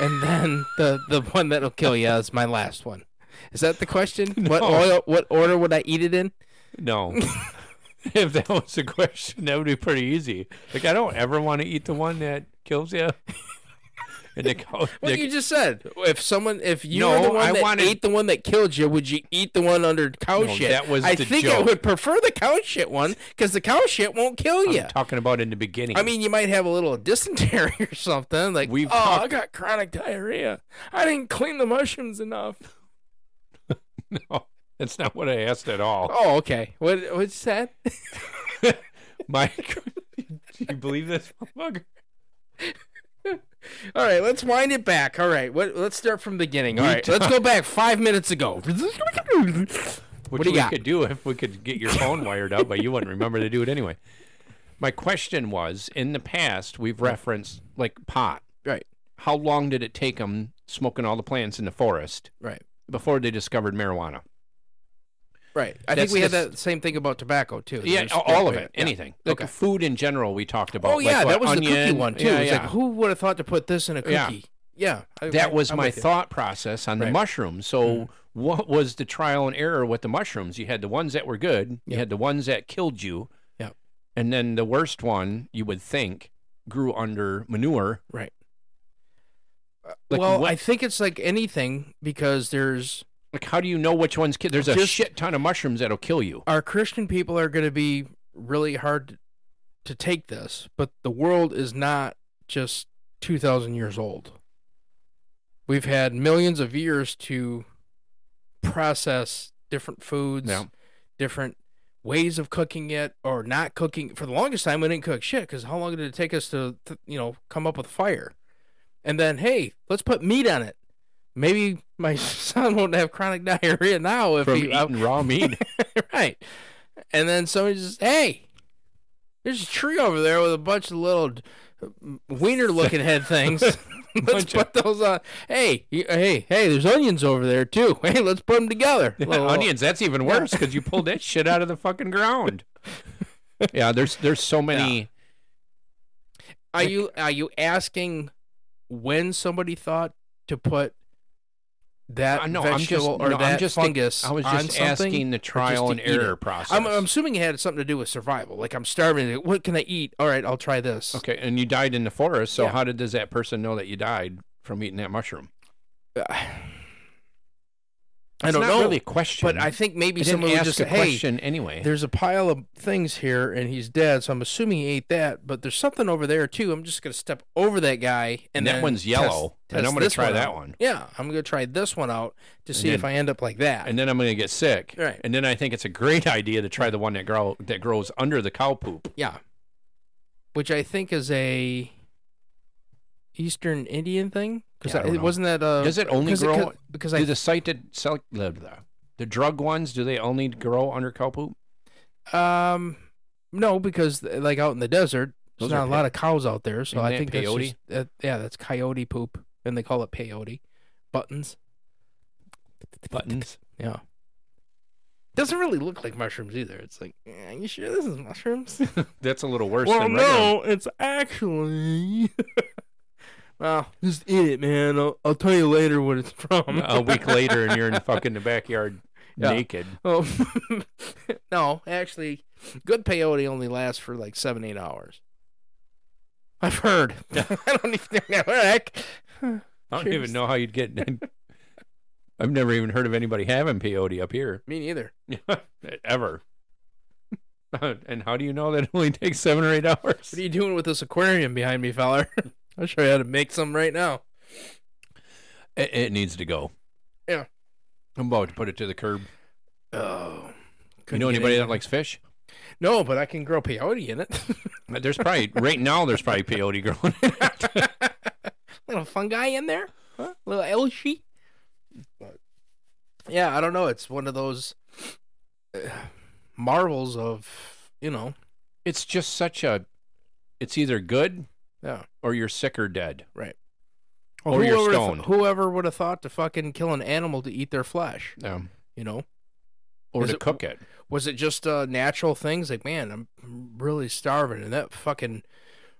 and then the the one that'll kill you is my last one. Is that the question? What
No.
oil? What order would I eat it in?
No. if that was the question, that would be pretty easy. Like I don't ever want to eat the one that kills you. and the cow,
What
the-
you just said. If someone, if you
No,
were the one
I
that
wanted-
ate the one that killed you, would you eat the one under cow
No,
shit?
that was
I
the
think I
joke.
would prefer the cow shit one because the cow shit won't kill
I'm
you.
talking about in the beginning.
I mean, you might have a little dysentery or something. Like,
We've
oh,
talked-
I got chronic diarrhea. I didn't clean the mushrooms enough.
no, that's not what I asked at all.
Oh, okay. What what's that?
Mike, do you believe this motherfucker?
All right, let's wind it back. All right, what, let's start from the beginning. All
We
right, let's go back five minutes ago.
Which
What do you
we
got?
could do if we could get your phone wired up, but you wouldn't remember to do it anyway. My question was: In the past, we've referenced like pot.
right,
How long did it take them smoking all the plants in the forest
right,
before they discovered marijuana?
right. I think
That's
we had
just-
that same thing about tobacco too.
Yeah,
There's-
all all of
yeah,
it,
yeah.
anything. Like
Okay.
food in general, we talked about.
Oh
like
yeah,
what,
that was the cookie
onion-
one too.
Yeah,
It's
yeah.
like, who would have thought to put this in a
Yeah.
cookie? Yeah, I-
that was
I'm
my
with you.
thought process on the
Right. Mm-hmm.
mushrooms. So, what was the trial and error with the mushrooms? You had the ones that were good, you
Yep.
had the ones that killed you,
Yep.
and then the worst one you would think grew under manure.
Right.
Like,
well,
what-
I think it's like anything because there's
Like, how do you know which ones? Ki- There's a
Just-
shit ton of mushrooms that'll kill you.
our Christian people are going to be really hard to take this, but the world is not just 2,000 years old. We've had millions of years to process different foods,
Yeah.
different ways of cooking it or not cooking. For the longest time, we didn't cook shit because how long did it take us to, to, you know, come up with fire? And then, hey, let's put meat on it. Maybe my son won't have chronic diarrhea now if
From
he, uh,
eating raw meat.
right. And then somebody just, hey, there's a tree over there with a bunch of little wiener looking head things. let's
Bunch of-
put those on. Hey, you- hey, hey, there's onions over there too. Hey, let's put them together. Little-
Onions, that's even worse because you pulled that shit out of the fucking ground. Yeah, there's there's so many.
Are you are you asking when somebody thought to put that
I know, I'm just-
uh, vegetable or
Uh, no, I'm
that
just-
fungus.
I was
on
just
something,
asking the
or just
trial
to
and
eat it?
error process.
I'm, I'm assuming it had something to do with survival. Like I'm starving. like, What can I eat? All right, I'll try this.
Okay, and you died in the forest. So
Yeah.
how did does that person know that you died from eating that mushroom?
I
It's
don't
not
know,
really a question,
but I think
I
maybe
didn't
someone was
ask
just
a
hey,
question anyway.
there's a pile of things here, and he's dead. So I'm assuming he ate that. But there's something over there too. I'm just gonna step over that guy, and
And that
then
one's
test-
yellow, and
test
I'm gonna
this
try that
out.
one.
Yeah, I'm gonna try this one out to see if
then-
I end up like that.
and then I'm going to get sick.
Right.
And then I think it's a great idea to try the one that grow that grows under the cow poop.
Yeah. Which I think is a Eastern Indian thing. Because
Yeah, I don't know.
wasn't that uh,
Does it only
'cause
grow-
cause, because
do
I
the cited sell the, the, the drug ones? Do they only grow under cow poop?
um no because th- like out in the desert there's
Those
not
are
a lot of cows out there so
Isn't
I
that
think that's
peyote?
just, that, yeah that's coyote poop and they call it peyote buttons
Buttons.
yeah doesn't really look like mushrooms either it's like eh, you sure this is mushrooms
That's a little worse.
Well,
than regular-
no, it's actually. well, just eat it, man. I'll, I'll tell you later what it's from.
A week later, and you're in fucking the backyard
Yeah.
naked.
Um, no, actually, good peyote only lasts for like seven, eight hours. I've heard. I don't even know. All right.
I don't
Cheers.
even know how you'd get. I've never even heard of anybody having peyote up here
Me neither.
ever. and how do you know that it only takes seven or eight hours?
What are you doing with this aquarium behind me, feller? I'll show you how to make some right now.
It, it needs to go.
Yeah.
I'm about to put it to the curb.
Oh.
you know anybody that likes fish?
No, but I can grow peyote in it.
But There's probably right now. There's probably peyote growing.
little fungi in there, huh? little algae. Yeah, I don't know. It's one of those uh, marvels of you know.
it's just such a. It's either good
Yeah.
or you're sick or dead.
Well,
Or you're
whoever
stoned.
whoever would have thought to fucking kill an animal to eat their flesh? You know,
Or
Is
to
it-
cook it.
was it just uh, natural things like man, I'm really starving, and that fucking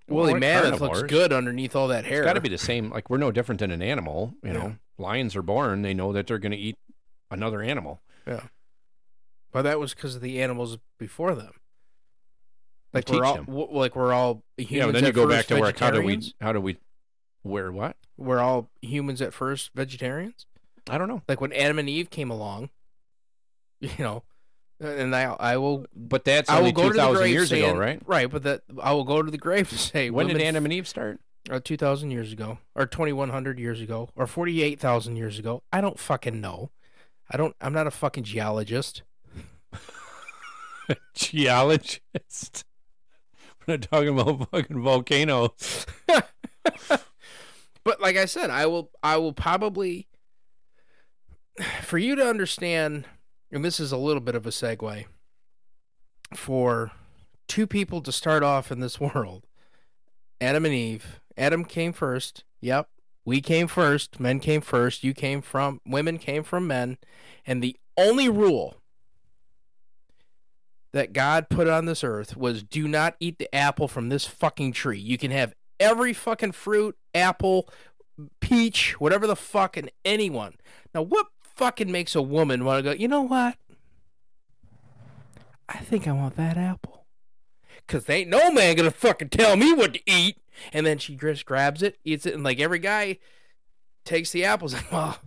Well,
woolly
we're
mammoth looks
carnivores.
good underneath all that hair.
It's got to be the same. Like we're no different than an animal. You know, lions are born. They know that they're going to eat another animal.
But that was because of the animals before them. Like
teach
we're all,
them.
w- like we're all humans.
Yeah. Then
at
you go back
first
to work. How do we?
vegetarians?
How do we? Where what?
We're all humans at first vegetarians.
I don't know.
Like when Adam and Eve came along, you know, and I I will
But that's
I
only
will go
two
to the
thousand
grave
years
saying,
ago, right?
Right, but that I will go to the grave to say
When did
women-
Adam and Eve start?
uh, two thousand years ago, or twenty one hundred years ago, or forty eight thousand years ago? I don't fucking know. I don't. I'm not a fucking geologist.
Geologist. We're not talking about fucking volcanoes.
But like I said, I will I will probably for you to understand, and this is a little bit of a segue for two people to start off in this world. Adam and Eve. Adam came first. Yep. We came first. Men came first. You came from women came from men. And the only rule that God put on this earth was do not eat the apple from this fucking tree. You can have every fucking fruit, apple, peach, whatever the fuck, and anyone. Now, what fucking makes a woman want to go, you know what? I think I want that apple. Because they ain't no man going to fucking tell me what to eat. And then she just grabs it, eats it, and like every guy takes the apples. And, well,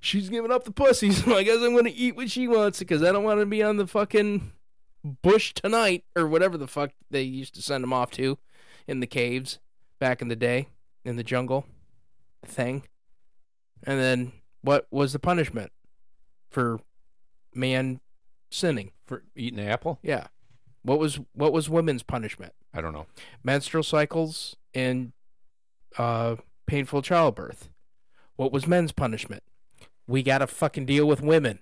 she's giving up the pussy, so I guess I'm going to eat what she wants because I don't want to be on the fucking bush tonight or whatever the fuck they used to send them off to in the caves back in the day in the jungle thing. And then what was the punishment for man sinning?
For eating an apple?
Yeah. What was what was women's punishment?
I don't know.
Menstrual cycles and uh, painful childbirth. What was men's punishment? We gotta fucking deal with women.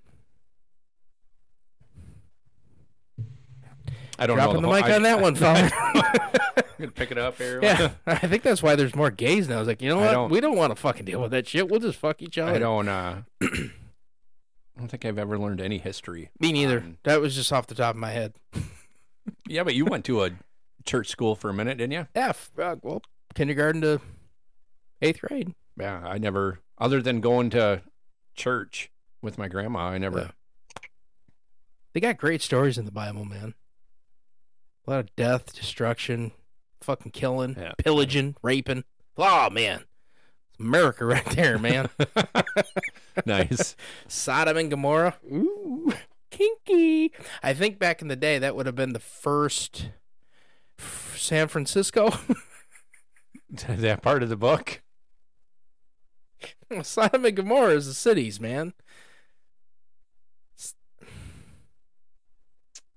I don't
Dropping the,
know.
mic on that one, fella.
I'm gonna pick it up here.
yeah, I think that's why there's more gays now. I was like, you know
I
what?
don't-
we don't want to fucking deal with that shit. We'll just fuck each other.
I don't. Uh, I don't think I've ever learned any history.
Me neither.
Um,
that was just off the top of my head.
Yeah, but you went to a church school for a minute, didn't you?
Yeah, f- uh, well, kindergarten to eighth grade.
Yeah, I never. Other than going to church with my grandma. I never.
They got great stories in the Bible, man. A lot of death, destruction, fucking killing,
Yeah.
pillaging, raping. Oh man, it's America right there, man.
nice.
Sodom and Gomorrah. Ooh, kinky. I think back in the day that would have been the first f- San Francisco.
that part of the book.
Sodom and Gomorrah is the cities, man.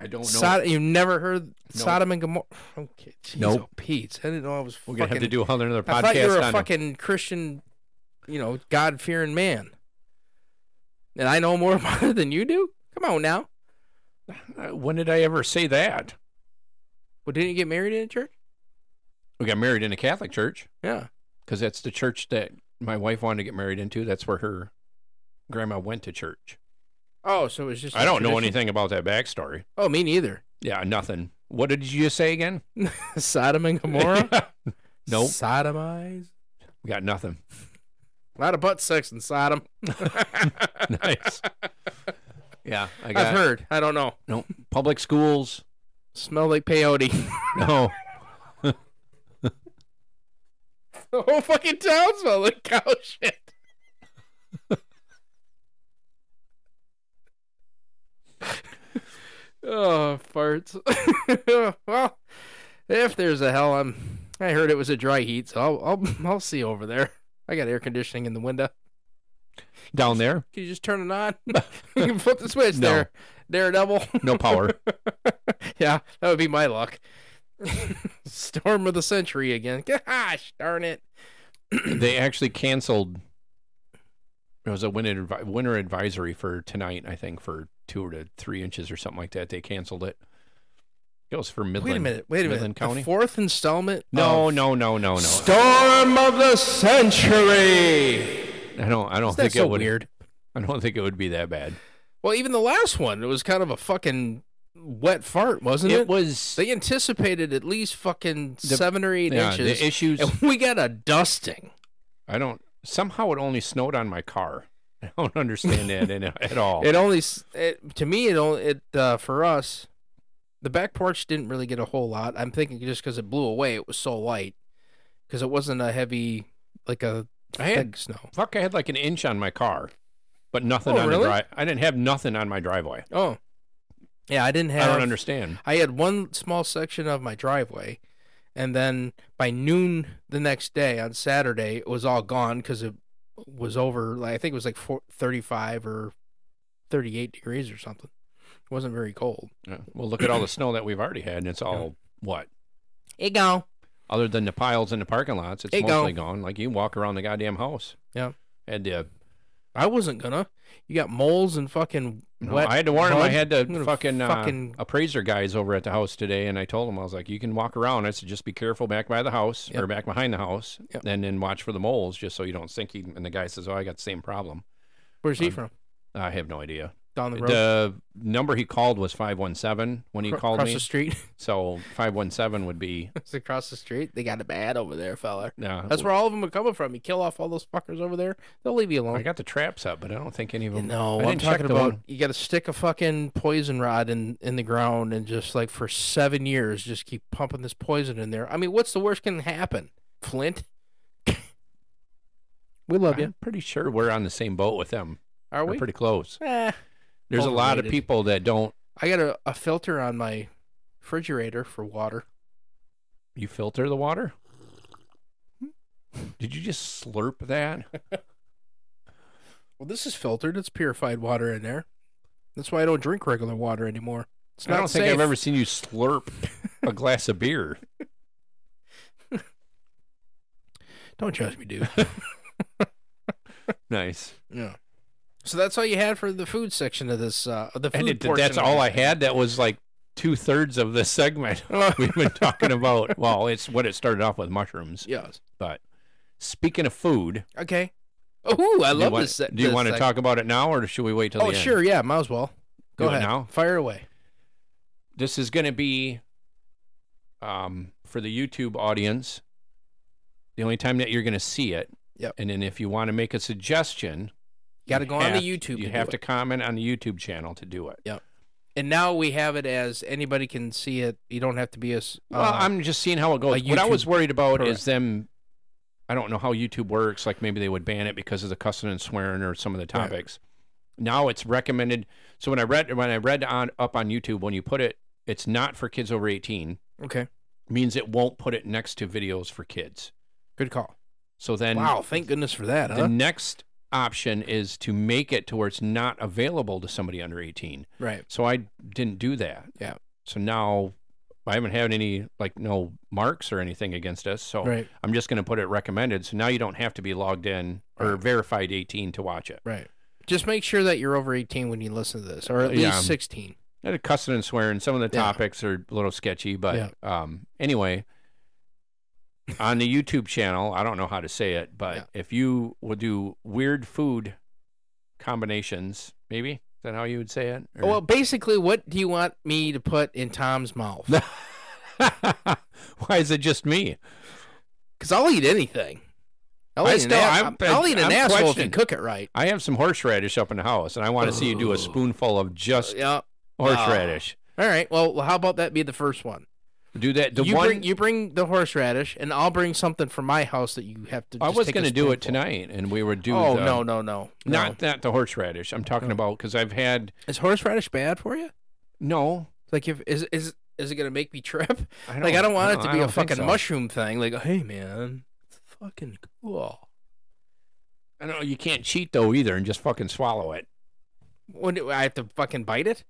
I don't know.
Sod- you've never heard
Oh, No.
Sodom and Gomorrah? Okay, jeez,
Nope.
oh, Pete, I didn't know I was
We're
fucking.
gonna have to do a whole another podcast
I thought you were a
on it.
fucking Christian, you know, God fearing man. And I know more about it than you do? Come on now.
Uh, When did I ever say that?
Well, didn't you get married in a church?
We got married in a Catholic church
Yeah.
because that's the church that my wife wanted to get married into. That's where her grandma went to church.
Oh, so it was just.
I
a
don't know
tradition.
anything about that backstory.
Oh, me neither.
Yeah, nothing. What did you just say again?
Sodom and Gomorrah?
Nope.
Sodomize?
We got nothing.
A lot of butt sex in Sodom.
nice. Yeah, I got
I've heard. I don't know.
no public schools.
Smell like peyote.
No,
the whole fucking town smelled like cow shit. oh, farts. well, if there's a hell, I'm. I heard it was a dry heat, so I'll I'll, I'll see over there. I got air conditioning in the window.
down there,
Can you just turn it on? you can flip the switch
No.
there. Daredevil.
no power.
yeah, that would be my luck. Storm of the century again. Gosh darn it.
they actually canceled. It was a winter advi- winter advisory for tonight. I think for two to three inches or something like that. They canceled it. It was for Midland.
Wait a minute. Wait a
Midland
minute.
County.
The fourth installment. Oh.
no,
of
no, no, no, no.
Storm of the century.
I don't. I don't
That's
think
so
it would.
weird.
I don't think it would be that bad.
Well, even the last one, it was kind of a fucking wet fart, wasn't it?
It was.
They anticipated at least fucking
The-
seven or eight
yeah,
inches,
the issues.
and we got a dusting.
I don't. Somehow it only snowed on my car. I don't understand that in, at all.
It only, s- it, to me, it only, it uh, for us, the back porch didn't really get a whole lot. I'm thinking just because it blew away, it was so light, because it wasn't a heavy like a
I had-
thick snow.
Fuck, I had like an inch on my car, but nothing
Oh,
on
really?
the drive. I didn't have nothing on my driveway.
Oh, yeah, I didn't have.
I don't understand.
I had one small section of my driveway, and then by noon the next day on Saturday, it was all gone because it was over. Like I think it was like four, 35 or 38 degrees or something. It wasn't very cold.
Yeah. Uh, Well, look at all the snow that we've already had, and it's all what?
It go.
Other than the piles in the parking lots, it's
It gone.
mostly gone. Like you walk around the goddamn house.
Yeah.
And uh,
I wasn't gonna. You got moles and fucking
no,
wet.
I had to warn him. I
mud.
had
I'm
to
gonna
fucking,
fucking-
Uh, appraiser guys over at the house today, and I told them I was like, "You can walk around. I said just be careful back by the house or
Yep.
back behind the house,
Yep.
and then watch for the moles just so you don't sink." in." And the guy says, "Oh, I got the same problem.
Where's he from?
I have no idea."
Down the road.
The number he called was 517 when he
Cro-
called
across
me.
the street.
So 517 would be
it's across the street. They got it bad over there, fella.
uh,
That's where all of them are coming from. You kill off all those fuckers over there, they'll leave you alone.
I got the traps up, but I don't think any of them.
No,
I
I'm
didn't check
talking
the
about
one-
you got to stick a fucking poison rod in in the ground and just like for seven years, just keep pumping this poison in there. I mean, what's the worst can happen? Flint. we love
I'm pretty sure we're on the same boat with them.
Are
We're
we?
pretty close.
Eh,
There's a lot of
Overrated.
people that don't.
I got a, a filter on my refrigerator for water.
You filter the water? Did you just slurp that?
Well, this is filtered. It's purified water in there. That's why I don't drink regular water anymore. It's
I
not
don't think
safe.
I've ever seen you slurp a glass of beer.
Don't judge me, dude.
Nice.
yeah. So that's all you had for the food section of this. Uh, of the food
And it,
portion
that's
of
all
this.
I had. That was like two thirds of the segment we've been talking about. Well, it's what it started off with mushrooms.
Yes.
But speaking of food,
Okay. Oh, I
do you
love
want-
this. se-
Do you
this
want to
sec-
talk about it now, or should we wait till
Oh,
the end?
sure. Yeah, might as well. Go
Do it
ahead.
now?
Fire away.
This is going to be um, for the YouTube audience. The only time that you're going to see it.
Yep.
And then if you want to make a suggestion,
Got to go on
have-
the YouTube.
You
do
have
it.
to comment on the YouTube channel to do it.
Yep. And now we have it as anybody can see it. You don't have to be as
Well,
uh,
I'm just seeing how it goes.
a
What I was
YouTube-
worried about
correct.
is them. I don't know how YouTube works. Like maybe they would ban it because of the cussing and swearing or some of the topics. Now it's recommended. So when I read when I read on up on YouTube when you put it, it's not for kids over 18.
okay.
Means it won't put it next to videos for kids.
Good call.
So then
wow, thank goodness for that,
the
huh?
next option is to make it to where it's not available to somebody under 18.
Right.
So I didn't do that.
Yeah.
So now I haven't had any like no marks or anything against us. So
Right.
I'm just going to put it recommended. So now you don't have to be logged in or verified 18 to watch it.
Right. Just make sure that you're over 18 when you listen to this, or at least
Yeah.
16.
And the cussing and swearing, some of the
Yeah.
topics are a little sketchy, but um, anyway, on the YouTube channel, I don't know how to say it, but
Yeah.
if you will do weird food combinations, maybe is that how you would say it? Or-
Well, basically, what do you want me to put in Tom's mouth?
why is it just me?
Because I'll eat anything. I'll
I
eat,
still-
an,
I'm-
i will eat an
I'm
asshole if you
questioned.
cook it right.
I have some horseradish up in the house, and I want to see you do a
Ooh.
spoonful of just
Yeah.
horseradish.
All right. Well, how about that be the first one?
Do that. The
you
one
bring you bring the horseradish, and I'll bring something from my house that you have to.
I
just
was
take a
going to do it
spoonful.
tonight, and we would do. um,
oh
the-
no, no, no, no!
not not the horseradish. I'm talking about because I've had
is horseradish bad for you?
no.
Like, if is is is it gonna make me trip?
I
like, I don't want it to
I
be a
don't think
fucking
so.
mushroom thing. Like, hey man, it's fucking cool.
I know you can't cheat though either, and just fucking swallow it.
When do I have to fucking bite it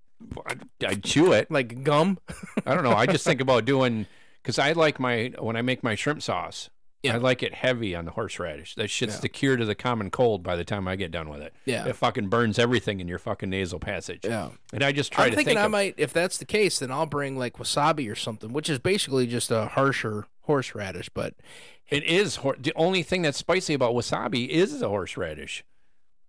I, I chew it.
like gum?
I don't know. I just think about doing because I like my when I make my shrimp sauce.
Yeah.
I like it heavy on the horseradish. That shit's
Yeah.
the cure to the common cold. By the time I get done with it,
Yeah.
it fucking burns everything in your fucking nasal passage.
Yeah.
And I just try
I'm
to
thinking
think.
I
of,
might, if that's the case, then I'll bring like wasabi or something, which is basically just a harsher horseradish. But
it is hor- the only thing that's spicy about wasabi is the horseradish.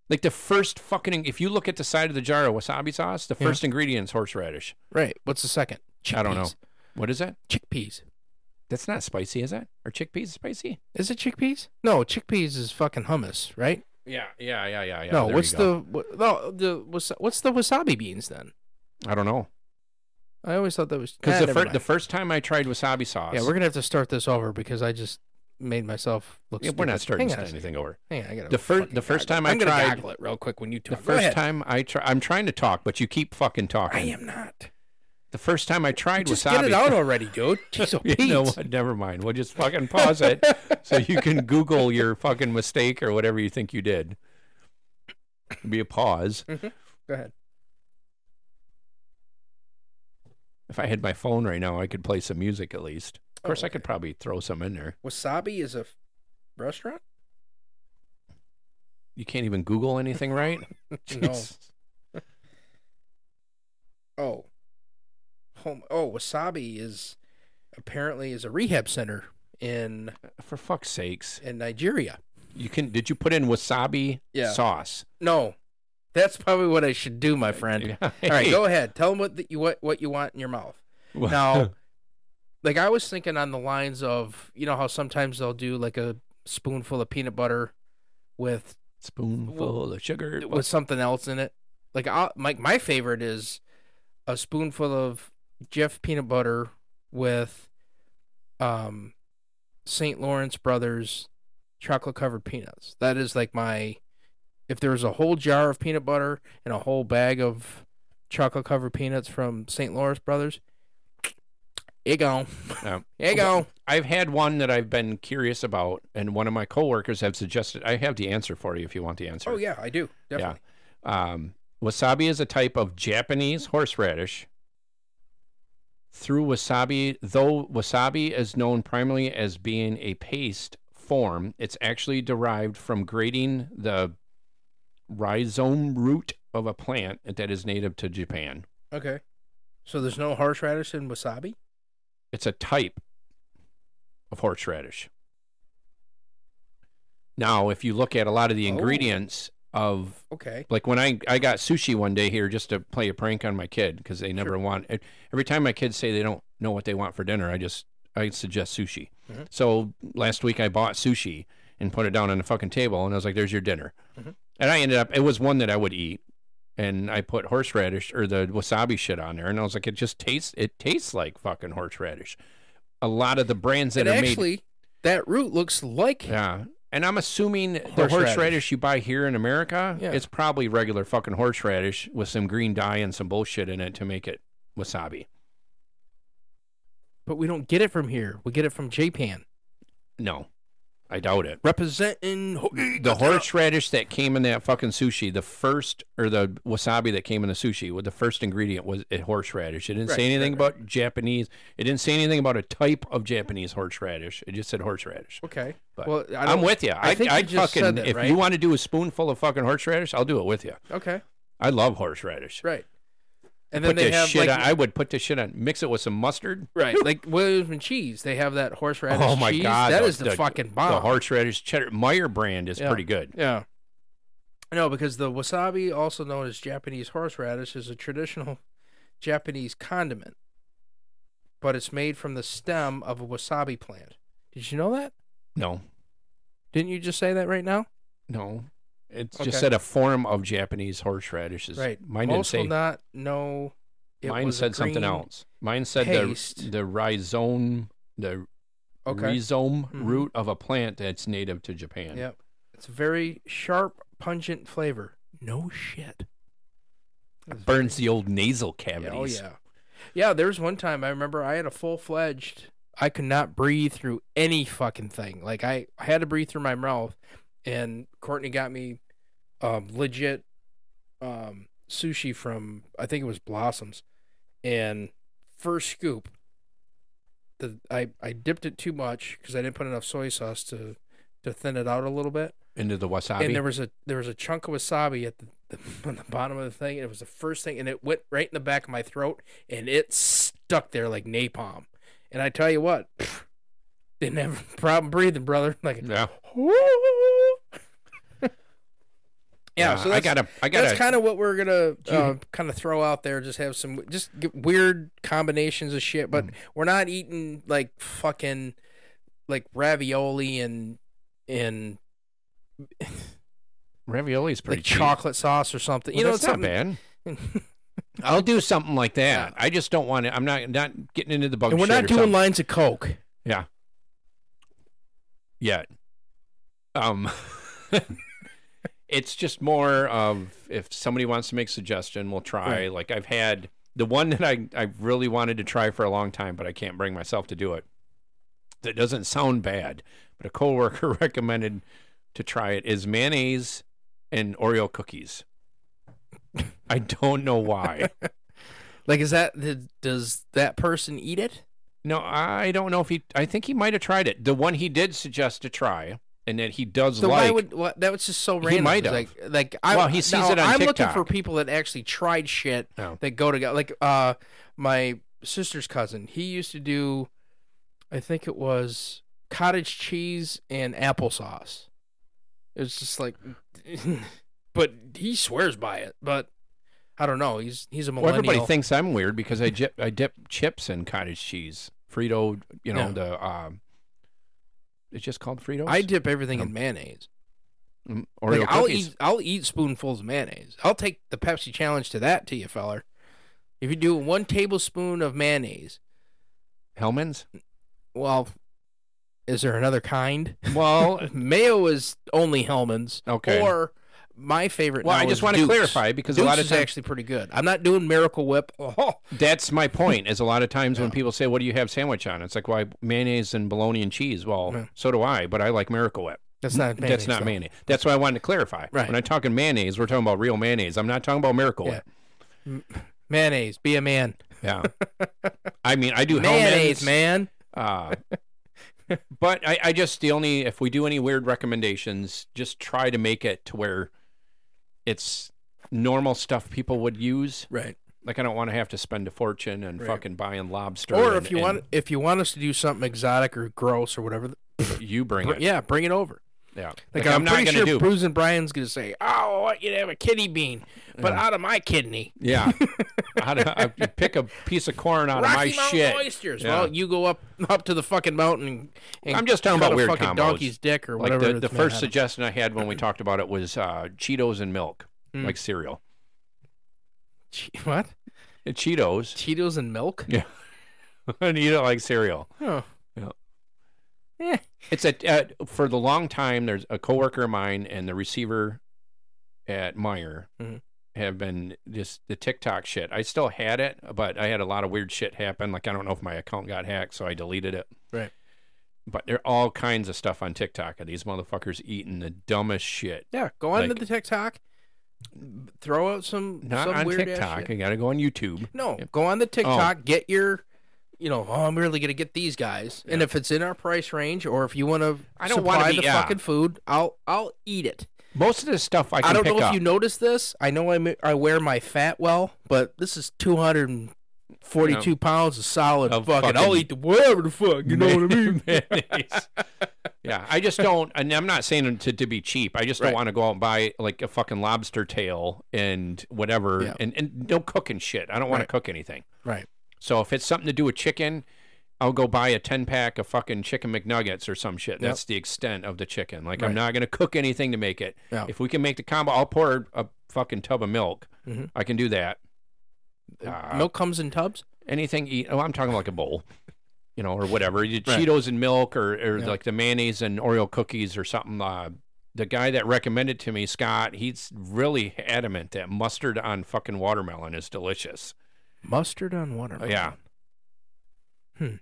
Like the first fucking, if you look at the side of the jar of wasabi sauce, the
Yeah.
first ingredient is horseradish.
right, what's the second? Chickpeas.
I don't know what is that.
Chickpeas.
That's not spicy, is it? Are chickpeas spicy?
Is it chickpeas? No, chickpeas is fucking hummus, right?
Yeah, yeah, yeah, yeah, yeah.
no,
there you
what's
go.
the what, no the what's what's the wasabi beans then?
I don't know
I always thought that was
because
Ah,
the,
Eh, never
fir-
mind.
the first time I tried wasabi sauce,
yeah, we're gonna have to start this over because I just made myself look.
Yeah, we're not
stupid.
starting
Hang on, a second.
anything over.
hang on, I gotta
The fir-
fucking
the first
goggle.
time I
I'm gonna
tried-
goggle it real quick when you
The
talk. Go
first
ahead.
time I try, I'm trying to talk, but you keep fucking
I
talking.
am not.
The first time I tried
Just
wasabi,
get it out already, dude. Jeez, oh,
You know
Pete.
what? Never mind. We'll just fucking pause it so you can Google your fucking mistake or whatever you think you did. Be a pause.
Go ahead.
If I had my phone right now, I could play some music at least. Of
Oh,
course, I
okay.
could probably throw some in there.
Wasabi is a f- restaurant?
You can't even Google anything, right?
Oh. Home Oh, Wasabi is apparently is a rehab center in
For fuck's sakes.
in Nigeria.
You can did you put in wasabi
Yeah.
sauce?
No. That's probably what I should do, my friend. All right, go ahead. Tell them what the, you what, what you want in your mouth.
Well,
Now, like I was thinking on the lines of, you know how sometimes they'll do like a spoonful of peanut butter with
spoonful of sugar.
with something else in it. Like I, my my favorite is a spoonful of Jeff peanut butter with um St. Lawrence Brothers chocolate covered peanuts. That is like my if there was a whole jar of peanut butter and a whole bag of chocolate covered peanuts from St. Lawrence Brothers, it go.
Yeah.
It go.
I've had one that I've been curious about, and one of my coworkers have suggested. I have the answer for you if you want the answer.
Oh yeah, I do. Definitely.
Yeah. Um, wasabi is a type of Japanese horseradish. Through wasabi, though wasabi is known primarily as being a paste form, it's actually derived from grating the rhizome root of a plant that is native to Japan.
Okay. So there's no horseradish in wasabi?
It's a type of horseradish. Now, if you look at a lot of the
Oh.
ingredients of
Okay.
like when I, I got sushi one day here just to play a prank on my kid because they never want want every time my kids say they don't know what they want for dinner i just i suggest sushi
Mhm.
so last week i bought sushi and put it down on the fucking table and i was like there's your dinner
Mhm.
And I ended up, it was one that I would eat. And I put horseradish or the wasabi shit on there. And I was like, it just tastes, it tastes like fucking horseradish. A lot of the brands that
And
are made.
actually, that root looks like
Yeah. And I'm assuming the
Horseradish.
horseradish you buy here in America,
Yeah.
it's probably regular fucking horseradish with some green dye and some bullshit in it to make it wasabi.
but we don't get it from here. We get it from Japan.
No, I doubt it.
Representing
Mm, The horseradish that came in that fucking sushi, the first or the wasabi that came in the sushi, with the first ingredient was a horseradish. It didn't
Right,
say anything about Japanese. It didn't say anything about a type of Japanese horseradish. It just said horseradish.
Okay.
But
well, I
I'm
don't-
with you. I, I
think you just
fucking
said that,
if
right?
you want to do a spoonful of fucking horseradish, I'll do it with you.
Okay.
I love horseradish.
Right. And then
put
they
this
have
shit.
like
on, I would put this shit on. Mix it with some mustard.
right, like Williamsman cheese. They have that horseradish.
Oh my
cheese.
god,
that is the, fucking bomb.
The horseradish cheddar Meyer brand is
Yeah.
pretty good.
Yeah. No, because the wasabi, also known as Japanese horseradish, is a traditional Japanese condiment, but it's made from the stem of a wasabi plant. Did you know that?
No,
Didn't you just say that right now?
no, it's
Okay.
just said a form of Japanese horseradish is
right.
Mine didn't
Most
say.
will not know. It
mine
was a
said something
green-
else. Mine said the
paste.
the rhizome the
Okay.
rhizome
Mhm.
root of a plant that's native to Japan.
Yep. It's a very sharp, pungent flavor. No shit.
It burns the old nasal
Yeah,
cavities.
oh yeah. Yeah, there was one time I remember I had a full fledged I could not breathe through any fucking thing. Like I, I had to breathe through my mouth and Courtney got me um legit um sushi from I think it was Blossoms and first scoop the I, I dipped it too much because I didn't put enough soy sauce to to thin it out a little bit
Into the wasabi.
and there was a there was a chunk of wasabi at the, the on the bottom of the thing. It was the first thing, and it went right in the back of my throat, and it stuck there like napalm. And I tell you what, didn't have a problem breathing, brother. Like,
yeah.
yeah. So that's,
I gotta. I gotta.
that's kind of what we're gonna
Do you-
uh, kind of throw out there. Just have some just get weird combinations of shit,
Mm.
but we're not eating like fucking like ravioli and and
ravioli is pretty
like
cheap.
chocolate sauce or something. you
Well,
know,
that's not
something-
bad. I'll do something like that. I just don't want to. I'm not not getting into the bug.
and we're
shit
not
or
doing
something
lines of coke.
yet. Um, it's just more of if somebody wants to make suggestion, we'll try. Like I've had the one that I I really wanted to try for a long time, but I can't bring myself to do it. That doesn't sound bad, but a coworker recommended to try it is mayonnaise and Oreo cookies. I don't know why.
Like, is that th- does that person eat it?
No, I don't know if he. I think he might have tried it. The one he did suggest to try, and that he does
So why
like.
would why, that was just so random? It's
might have.
Like, like I,
Well, he sees
now,
it on
I'm
TikTok.
looking for people that actually tried shit
Oh.
that go together. Like, uh, my sister's cousin, he used to do, I think it was cottage cheese and applesauce. It was just like, but he swears by it. But I don't know. He's he's a
Well,
millennial.
everybody thinks I'm weird because I dip, I dip chips in cottage cheese, Frito. You know
Yeah.
the. Um, it's just called Fritos.
I dip everything
Um,
in mayonnaise.
Mm, Oreo
like, I'll
cookies.
eat I'll eat spoonfuls of mayonnaise. I'll take the Pepsi challenge to that to you, feller. If you do one tablespoon of mayonnaise,
Hellman's.
well, is there another kind?
Well,
Mayo is only Hellman's.
Okay.
Or my favorite.
well, I
now
just
is
want to
Duke's.
clarify because
Duke's
a lot of
is
times
actually pretty good. I'm not doing Miracle Whip. Oh,
that's my point. Is a lot of times when
Yeah.
people say, "What do you have sandwich on?" It's like, "Why mayonnaise and bologna and cheese?" Well,
Yeah.
so do I, but I like Miracle Whip.
that's not mayonnaise.
That's not
though.
mayonnaise. That's why I wanted to clarify.
Right.
When I'm talking mayonnaise, we're talking about real mayonnaise. I'm not talking about Miracle
Yeah.
Whip.
Mayonnaise. Be a man.
Yeah. I mean, I do
Mayonnaise,
Hellman's,
man.
Uh, but I, I just the only if we do any weird recommendations, just try to make it to where it's normal stuff people would use.
Right.
Like I don't want to have to spend a fortune and
Right.
fucking buying lobster.
Or
and-
if you
and
want if you want us to do something exotic or gross or whatever,
you bring
br-
it.
yeah, bring it over.
Yeah.
Like, I'm,
not
pretty
gonna
sure
do.
Bruce and Brian's gonna say, "Oh, I want you to have a kidney bean, but out of my kidney."
yeah. out of, I pick a piece of corn out
Rocky
of my
Mountain
shit.
oysters.
Yeah.
Well, you go up up to the fucking mountain. And
I'm just talking
cut
about
a
weird
fucking
combos.
donkey's dick or
Like
whatever.
the, the
this man
first
had.
suggestion I had when we talked about it was uh, Cheetos and milk,
Mm.
like cereal.
Che- what
Uh, Cheetos.
Cheetos and milk?
Yeah. and eat it like cereal.
Huh.
It's at, at for the long time. There's a coworker of mine and the receiver at Meyer
Mhm.
have been just the TikTok shit. I still had it, but I had a lot of weird shit happen. Like I don't know if my account got hacked, so I deleted it.
Right.
But there are all kinds of stuff on TikTok of these motherfuckers eating the dumbest shit.
Yeah, go on to
Like-
the TikTok. Throw out some
Not
some
on
weird ass
TikTok.
shit.
You got to go on YouTube.
No,
Yep. Oh.
go on the TikTok. Get your, you know, oh, I'm really gonna get these guys. And if it's in our price range, or if you want to,
I don't wanna
supply
be-
the
yeah.
fucking food. I'll I'll eat it.
Most of this stuff I
I,
can
don't
pick
know if
up.
you noticed this. I know I I wear my fat well, but this is 242 pounds of solid
Of
fucking, I'll
fucking-
eat the, whatever the fuck. You know what I mean?
Mayonnaise. yeah, I just don't. And I'm not saying to, to be cheap. I just
Right.
don't want to go out and buy like a fucking lobster tail and whatever,
Yeah.
and and don't cook and shit. I don't want
Right.
to cook anything.
Right.
So if it's something to do with chicken, I'll go buy a ten pack of fucking chicken McNuggets or some shit. That's the extent of the chicken. Like
Right.
I'm not gonna cook anything to make it.
Yeah.
If we can make the combo, I'll pour a fucking tub of milk.
Mhm.
I can do that. Uh,
Milk comes in tubs.
anything eat oh i'm talking like a bowl you know or whatever you,
Right.
cheetos and milk or, or
Yeah.
like the mayonnaise and oreo cookies or something uh, the guy that recommended to me scott he's really adamant that mustard on fucking watermelon is delicious
Mustard on watermelon.
yeah
Hmm.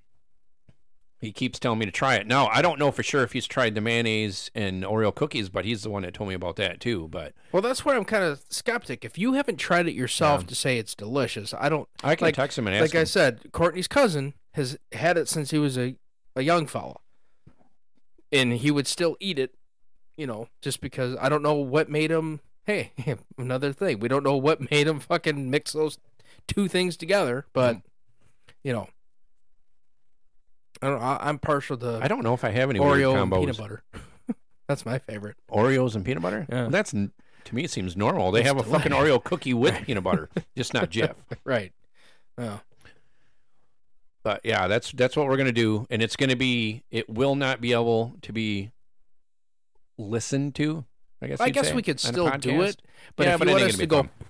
he keeps telling me to try it now i don't know for sure if he's tried the mayonnaise and oreo cookies but he's the one that told me about that too but
Well, that's where I'm kind of skeptic. If you haven't tried it yourself to say it's delicious, I don't.
i can
Like-
text him and ask
Like I
him
said, Courtney's cousin has had it since he was a, a young fella, and he would still eat it, you know, just because I don't know what made him. Hey, another thing, we don't know what made him fucking mix those two things together, but
Mm.
you know, I don't. I, I'm partial to
i don't know if i have any weird
Oreo and
combos.
peanut butter. that's my favorite.
Oreos and peanut butter?
Yeah.
That's n- to me it seems normal. They
It's
have a fucking
delicious.
Oreo cookie with peanut butter, just not Jif.
Right. Yeah.
But yeah, that's that's what we're gonna do, and it's gonna be it will not be able to be listened to. I guess.
I
you'd
guess
say,
we could
on a
still do
podcast.
it, but
yeah,
if
but
you
I
want
think
us to
it'd
go,
be fun.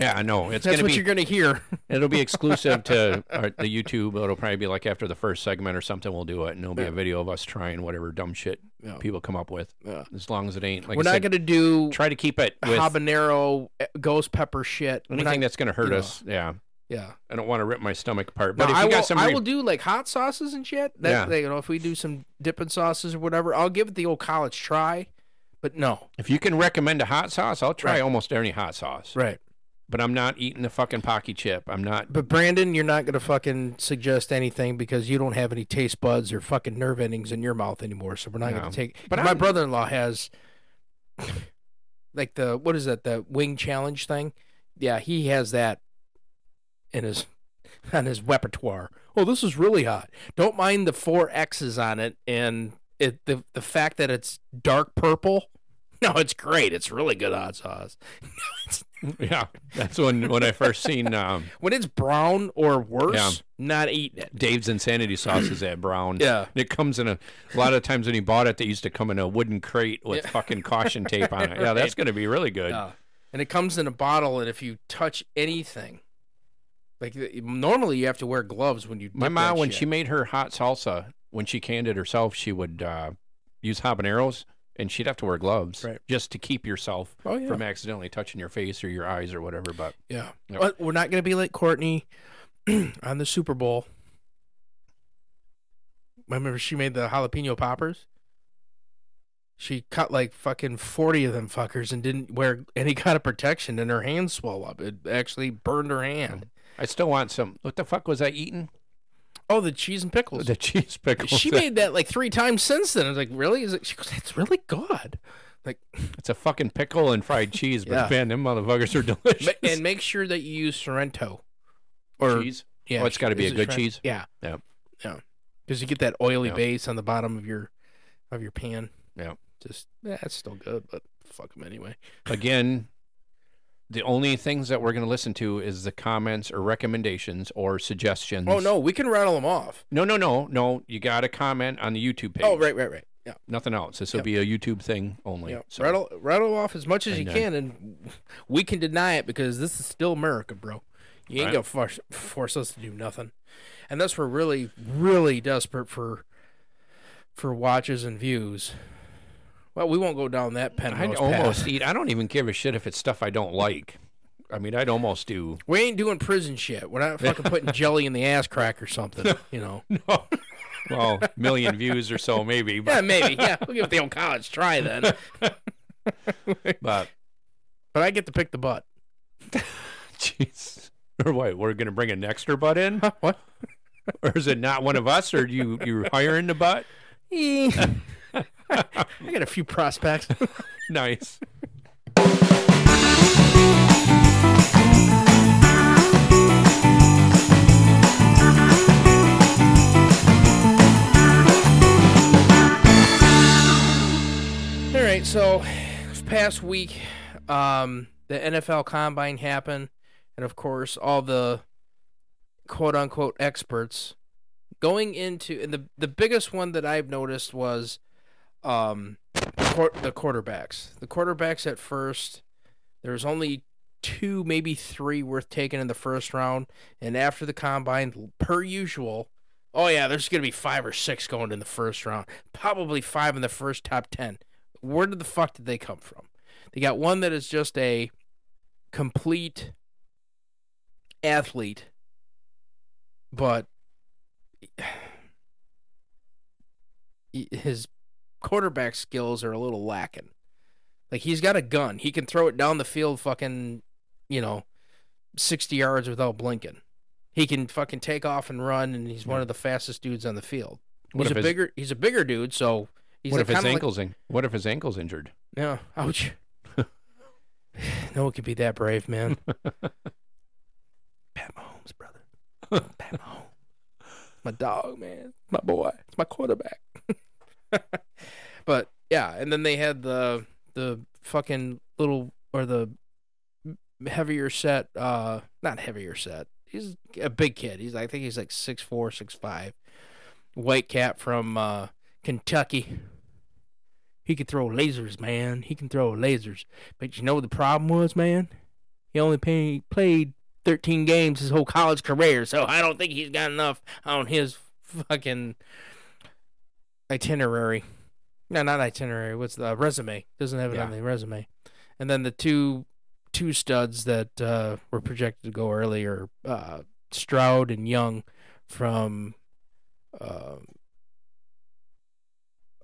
Yeah, I know it's
that's
gonna
what
be.
you're gonna hear.
It'll be exclusive to our, the YouTube. It'll probably be like after the first segment or something. We'll do it, and there'll be
Yeah.
a video of us trying whatever dumb shit
Yeah.
people come up with.
Yeah.
As long as it ain't like
We're
I
not
said,
gonna do
try to keep it with
habanero eh, ghost pepper shit. We're
anything
not-
that's gonna hurt
you know.
us. Yeah.
yeah.
I don't want to rip my stomach apart.
But
But if you
I,
got
will,
some,
I
re-
will do like hot sauces and shit. That,
Yeah.
they- you know, if we do some dipping sauces or whatever, I'll give it the old college try. But no,
if you can recommend a hot sauce, I'll try
Right.
almost any hot sauce.
right.
But I'm not eating the fucking pocky chip. I'm not.
But Brandon, you're not gonna fucking suggest anything because you don't have any taste buds or fucking nerve endings in your mouth anymore. So we're not
No.
gonna take.
But
But my
I'm-
brother-in-law has, like the what is that the wing challenge thing? Yeah, he has that in his on his repertoire. Oh, this is really hot. Don't mind the four X's on it and it the the fact that it's dark purple. No, it's great. It's really good hot sauce.
Yeah, that's when when I first seen um,
When it's brown or worse,
Yeah.
not eating it.
Dave's insanity sauce is that brown.
Yeah.
it comes in a, a lot of times when he bought it, they used to come in a wooden crate with fucking caution tape on it. Yeah, that's gonna be really good.
Yeah. And it comes in a bottle, and if you touch anything, like th- normally you have to wear gloves when you.
My
dip
mom,
that
when
shit.
she made her hot salsa, when she canned it herself, she would uh, use habaneros, and she'd have to wear gloves
Right.
just to keep yourself
Oh, yeah.
from accidentally touching your face or your eyes or whatever. But
yeah,
Yeah.
But we're not gonna be like Courtney on the Super Bowl. Remember, she made the jalapeno poppers. She cut like fucking forty of them fuckers and didn't wear any kind of protection, and her hand swelled up. It actually burned her hand.
I still want some. What the fuck was I eating?
Oh, the cheese and pickles.
The cheese pickles.
she made that like three times since then. I was like, really? Is it? She goes, that's really good. Like,
It's a fucking pickle and fried cheese, but
Yeah.
man, them motherfuckers are delicious.
ma- and make sure that you use Sorrento. Or
cheese.
yeah,
Oh, it's gotta be
is
a
it
good
Sorrento?
cheese?
Yeah,
Yeah.
yeah, because you get that oily
Yeah.
base on the bottom of your of your pan. eh,
Yeah.
just yeah, it's still good, but fuck them anyway.
Again, the only things that we're going to listen to is the comments or recommendations or suggestions.
Oh no, we can rattle them off.
No, no, no, no. You got to comment on the YouTube page.
Oh right, right, right. Yeah,
Nothing else. This will be a YouTube thing only.
yeah.
So,
rattle rattle off as much as you
And, uh,
can, and we can deny it because this is still America, bro. You ain't
Right.
gonna force, force us to do nothing, unless we're really, really desperate for for watches and views. Well, we won't go down that
I'd
penrose path.
almost eat. I don't even give a shit if it's stuff I don't like. I mean, I'd almost do.
We ain't doing prison shit. We're not fucking putting jelly in the ass crack or something. You know.
well, million views or so maybe,
Yeah,
but,
maybe. Yeah, we'll give the old college try then.
but
But I get to pick the butt.
jeez. Or what? We're gonna bring an extra butt in,
What?
or is it not one of us? Or you you hiring the butt?
I got a few prospects.
Nice.
All right, so this past week, um, the NFL Combine happened, and of course, all the quote unquote experts going into and the the biggest one that I've noticed was um, the quar- the quarterbacks. The quarterbacks at first, there's only two, maybe three worth taking in the first round, and after the combine, per usual. Oh yeah, there's gonna be five or six going in the first round. Probably five in the first top ten where did the fuck did they come from? They got one that is just a complete athlete, but his quarterback skills are a little lacking. Like he's got a gun, he can throw it down the field, fucking, you know, sixty yards without blinking. He can fucking take off and run, and he's one of the fastest dudes on the field.
What
he's
if
a
his-
bigger, he's a bigger dude, so he's
what
a
if his
kinda like-
ankles? in, what if his ankles injured?
yeah. Ouch. no one could be that brave, man. Pat Mahomes, brother. Pat Mahomes. My dog, man. My boy. It's my quarterback. but yeah, and then they had the the fucking little or the heavier set, uh not heavier set. He's a big kid. He's I think he's like six four, six five. White cat from uh Kentucky. He could throw lasers, man. He can throw lasers. But you know what the problem was, man? He only pay, played 13 games his whole college career, so I don't think he's got enough on his fucking itinerary. No, not itinerary. What's the uh, resume? Doesn't have it on
Yeah.
the resume. And then the two two studs that uh, were projected to go earlier, uh, Stroud and Young from uh,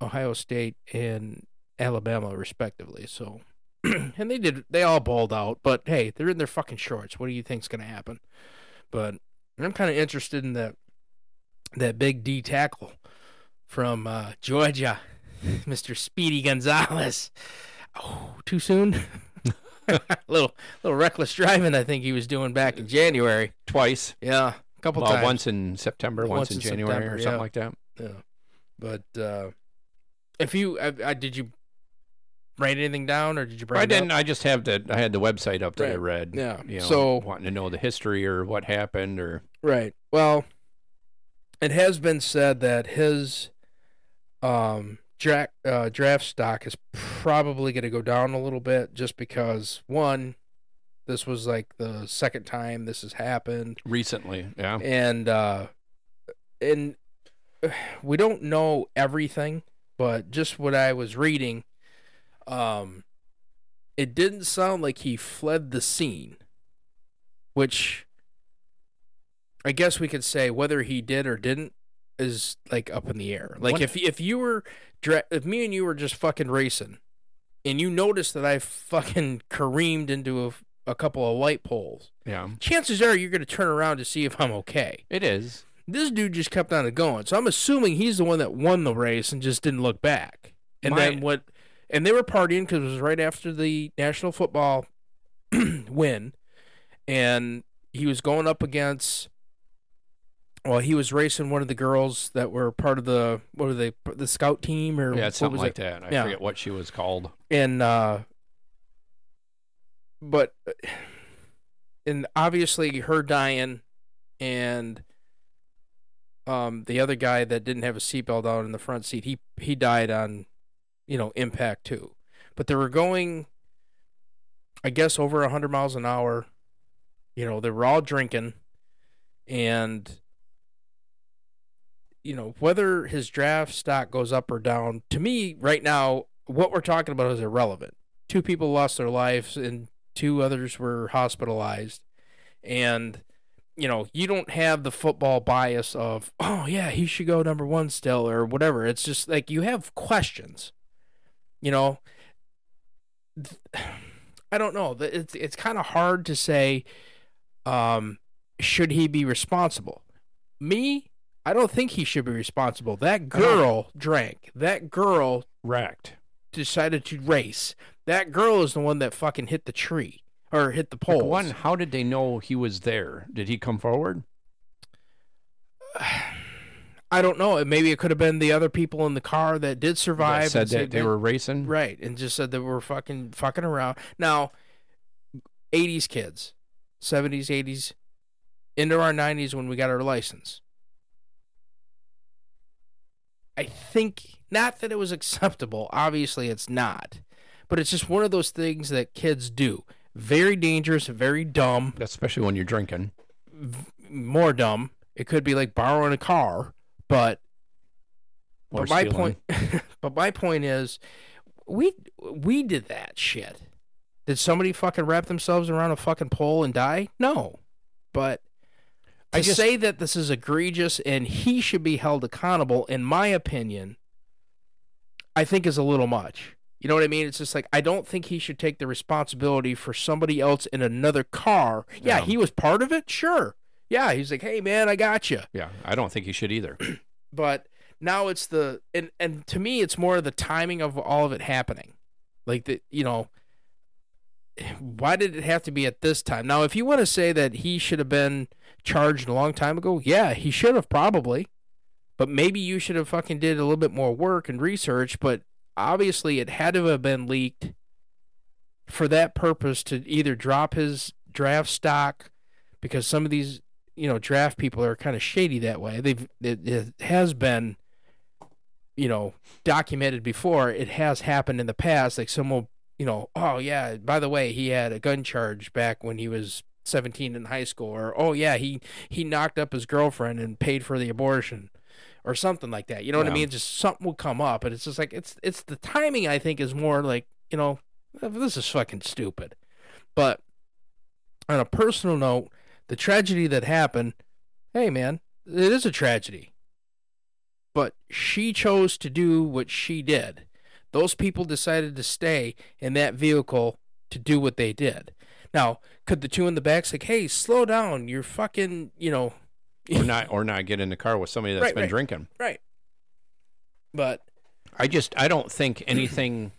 Ohio State and Alabama, respectively. So, and they did, they all balled out. But hey, they're in their fucking shorts. What do you think's going to happen? But I'm kind of interested in that that big D tackle from uh, Georgia, Mr. Speedy Gonzalez. Oh, too soon. little little reckless driving I think he was doing back in January.
Twice.
Yeah, a couple
well,
times.
once in September,
Once
once, in,
in
January,
September,
or something
yeah.
like that.
Yeah. But uh, if you, I, I, did you write anything down or did you bring
I
it
didn't.
Up?
I just have the. I had the website up that I
Right.
read.
Yeah.
You know,
So-
wanting to know the history or what happened or
Right. Well, it has been said that his um, dra- uh, draft stock is probably going to go down a little bit just because, one, this was like the second time this has happened.
recently. Yeah.
and uh and uh, we don't know everything but just what i was reading um it didn't sound like he fled the scene which i guess we could say whether he did or didn't is like up in the air like
What-
if if you were dra- if me and you were just fucking racing and you noticed that i fucking careened into a, a couple of light poles
Yeah.
chances are you're going to turn around to see if I'm okay.
It is.
This dude just kept on going. So I'm assuming he's the one that won the race and just didn't look back. And
My-
then what? And they were partying because it was right after the national football win. And he was going up against, well, he was racing one of the girls that were part of the, what were they, the scout team or
Yeah,
what
it's something
was
like
it?
that. I
Yeah.
forget what she was called.
And uh, but and obviously her dying and um the other guy that didn't have a seatbelt on in the front seat he he died on you know impact too but they were going i guess over 100 miles an hour you know they were all drinking and you know whether his draft stock goes up or down to me right now what we're talking about is irrelevant two people lost their lives and two others were hospitalized and you know you don't have the football bias of oh yeah he should go number one still or whatever it's just like you have questions you know i don't know it's it's kind of hard to say um should he be responsible me i don't think he should be responsible that girl drank that girl
Wrecked.
decided to race. That girl is the one that fucking hit the tree or hit the pole.
Like, One, how did they know he was there? Did he come forward?
I don't know. Maybe it could have been the other people in the car that did survive.
That said
and
that they were racing.
right and just said that we're fucking fucking around. Now, '80s kids, '70s, '80s, into our '90s when we got our license. I think not that it was acceptable. Obviously, it's not, but it's just one of those things that kids do. Very dangerous, very dumb.
Especially when you're drinking.
more dumb. It could be like borrowing a car, but
or
but my
stealing.
point, but my point is, we we did that shit. Did somebody fucking wrap themselves around a fucking pole and die? No, but to
I just-
say that this is egregious and he should be held accountable, in my opinion, I think is a little much. You know what I mean? It's just like I don't think he should take the responsibility for somebody else in another car. Yeah,
Yeah.
he was part of it, sure. Yeah, he's like, hey man, I got you
Yeah, I don't think he should either.
but now it's the and and to me it's more the timing of all of it happening like the you know why did it have to be at this time now if you want to say that he should have been charged a long time ago yeah he should have probably but maybe you should have fucking did a little bit more work and research but obviously it had to have been leaked for that purpose to either drop his draft stock because some of these you know draft people are kind of shady that way they've it, it has been you know documented before it has happened in the past like someone you know oh yeah by the way he had a gun charge back when he was 17 in high school or oh yeah he he knocked up his girlfriend and paid for the abortion or something like that you know what i
Yeah.
mean just something will come up and it's just like it's it's the timing i think is more like you know this is fucking stupid but on a personal note the tragedy that happened hey man it is a tragedy but she chose to do what she did those people decided to stay in that vehicle to do what they did now could the two in the back say hey slow down you're fucking you know
or not, or not get in the car with somebody that's
Right,
been
right.
drinking.
right but
I just I don't think anything.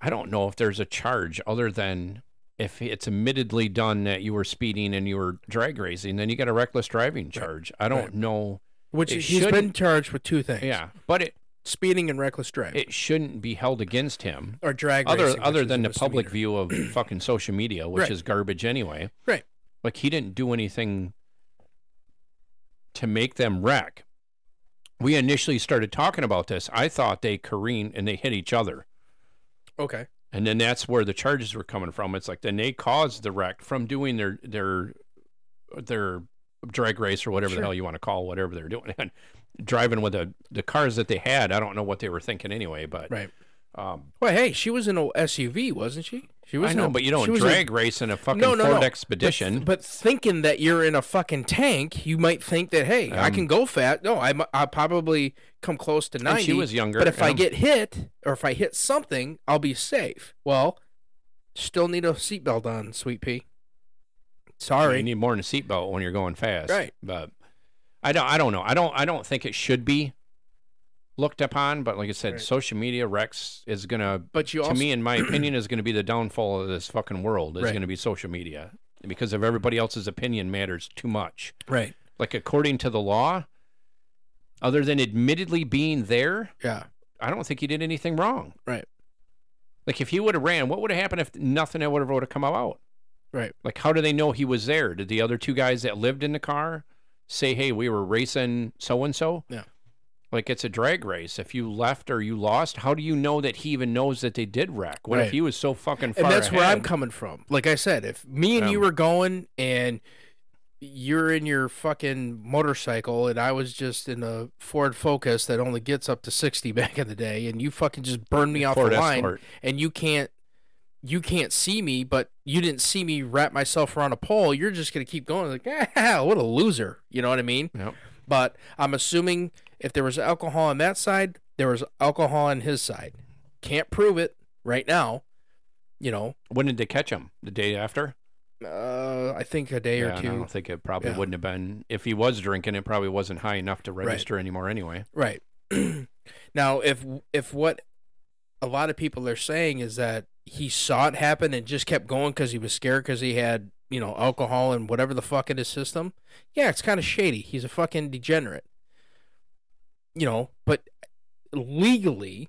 I don't know if there's a charge other than if it's admittedly done that you were speeding and you were drag racing, then you get a reckless driving charge. I don't
Right.
know.
which
It
he's been
shouldn't-
charged with two things
Yeah, but it
speeding and reckless driving
it shouldn't be held against him.
or drag
Other
racing, which
other
is
than
a
the public
misdemeanor.
view of fucking social media, which
Right.
is garbage anyway.
right
Like he didn't do anything to make them wreck. We initially started talking about this. I thought they careened and they hit each other.
okay
And then that's where the charges were coming from. It's like then they caused the wreck from doing their their their drag race or whatever
Sure.
the hell you want to call whatever they're doing and driving with the the cars that they had. I don't know what they were thinking anyway, but
right
um,
well hey she was in a suv wasn't she she was
I
in
know,
a-
but you
she
don't
was in a-
drag race in a fucking Ford Expedition.
But, but thinking that you're in a fucking tank, you might think that hey, I
Um,
can go fat. No, I I probably come close to ninety.
she was younger,
but if I
um,
get hit or if I hit something, I'll be safe. Well, still need a seatbelt on, sweet pea.
You
Sorry,
need more than a seatbelt when you're going fast.
Right.
But I don't I don't know. I don't I don't think it should be looked upon, but like I said,
Right.
social media Rex is gonna
but you
to
also
me in my opinion is gonna be the downfall of this fucking world is
Right.
gonna be social media. Because if everybody else's opinion matters too much.
right,
Like according to the law, other than admittedly being there,
yeah,
I don't think he did anything wrong.
Right.
Like if he would have ran, what would have happened if nothing ever would have come out?
Right.
Like how do they know he was there? Did the other two guys that lived in the car say, "Hey, we were racing so and so"?
Yeah.
Like it's a drag race. If you left or you lost, how do you know that he even knows that they did wreck? What
Right.
if he was so fucking far
and that's where I'm
ahead? Um,
coming from. Like I said, if me and you
Yeah.
were going and you're in your fucking motorcycle and I was just in a Ford Focus that only gets up to 60 back in the day and you fucking just burned me off
Ford
the line
Escort.
and you can't you can't see me, but you didn't see me wrap myself around a pole, you're just going to keep going like, "Ah, what a loser." You know what I mean?
Yep.
But I'm assuming if there was alcohol on that side, there was alcohol on his side. Can't prove it right now, you know.
When did they catch him? The day after?
Uh, I think a day
yeah,
or
and
two.
I don't think it probably
Yeah.
wouldn't have been. If he was drinking, it probably wasn't high enough to register anymore anyway.
Right. now, if if what a lot of people are saying is that he saw it happen and just kept going because he was scared because he had you know alcohol and whatever the fuck in his system. Yeah, it's kind of shady. He's a fucking degenerate. You know, but legally,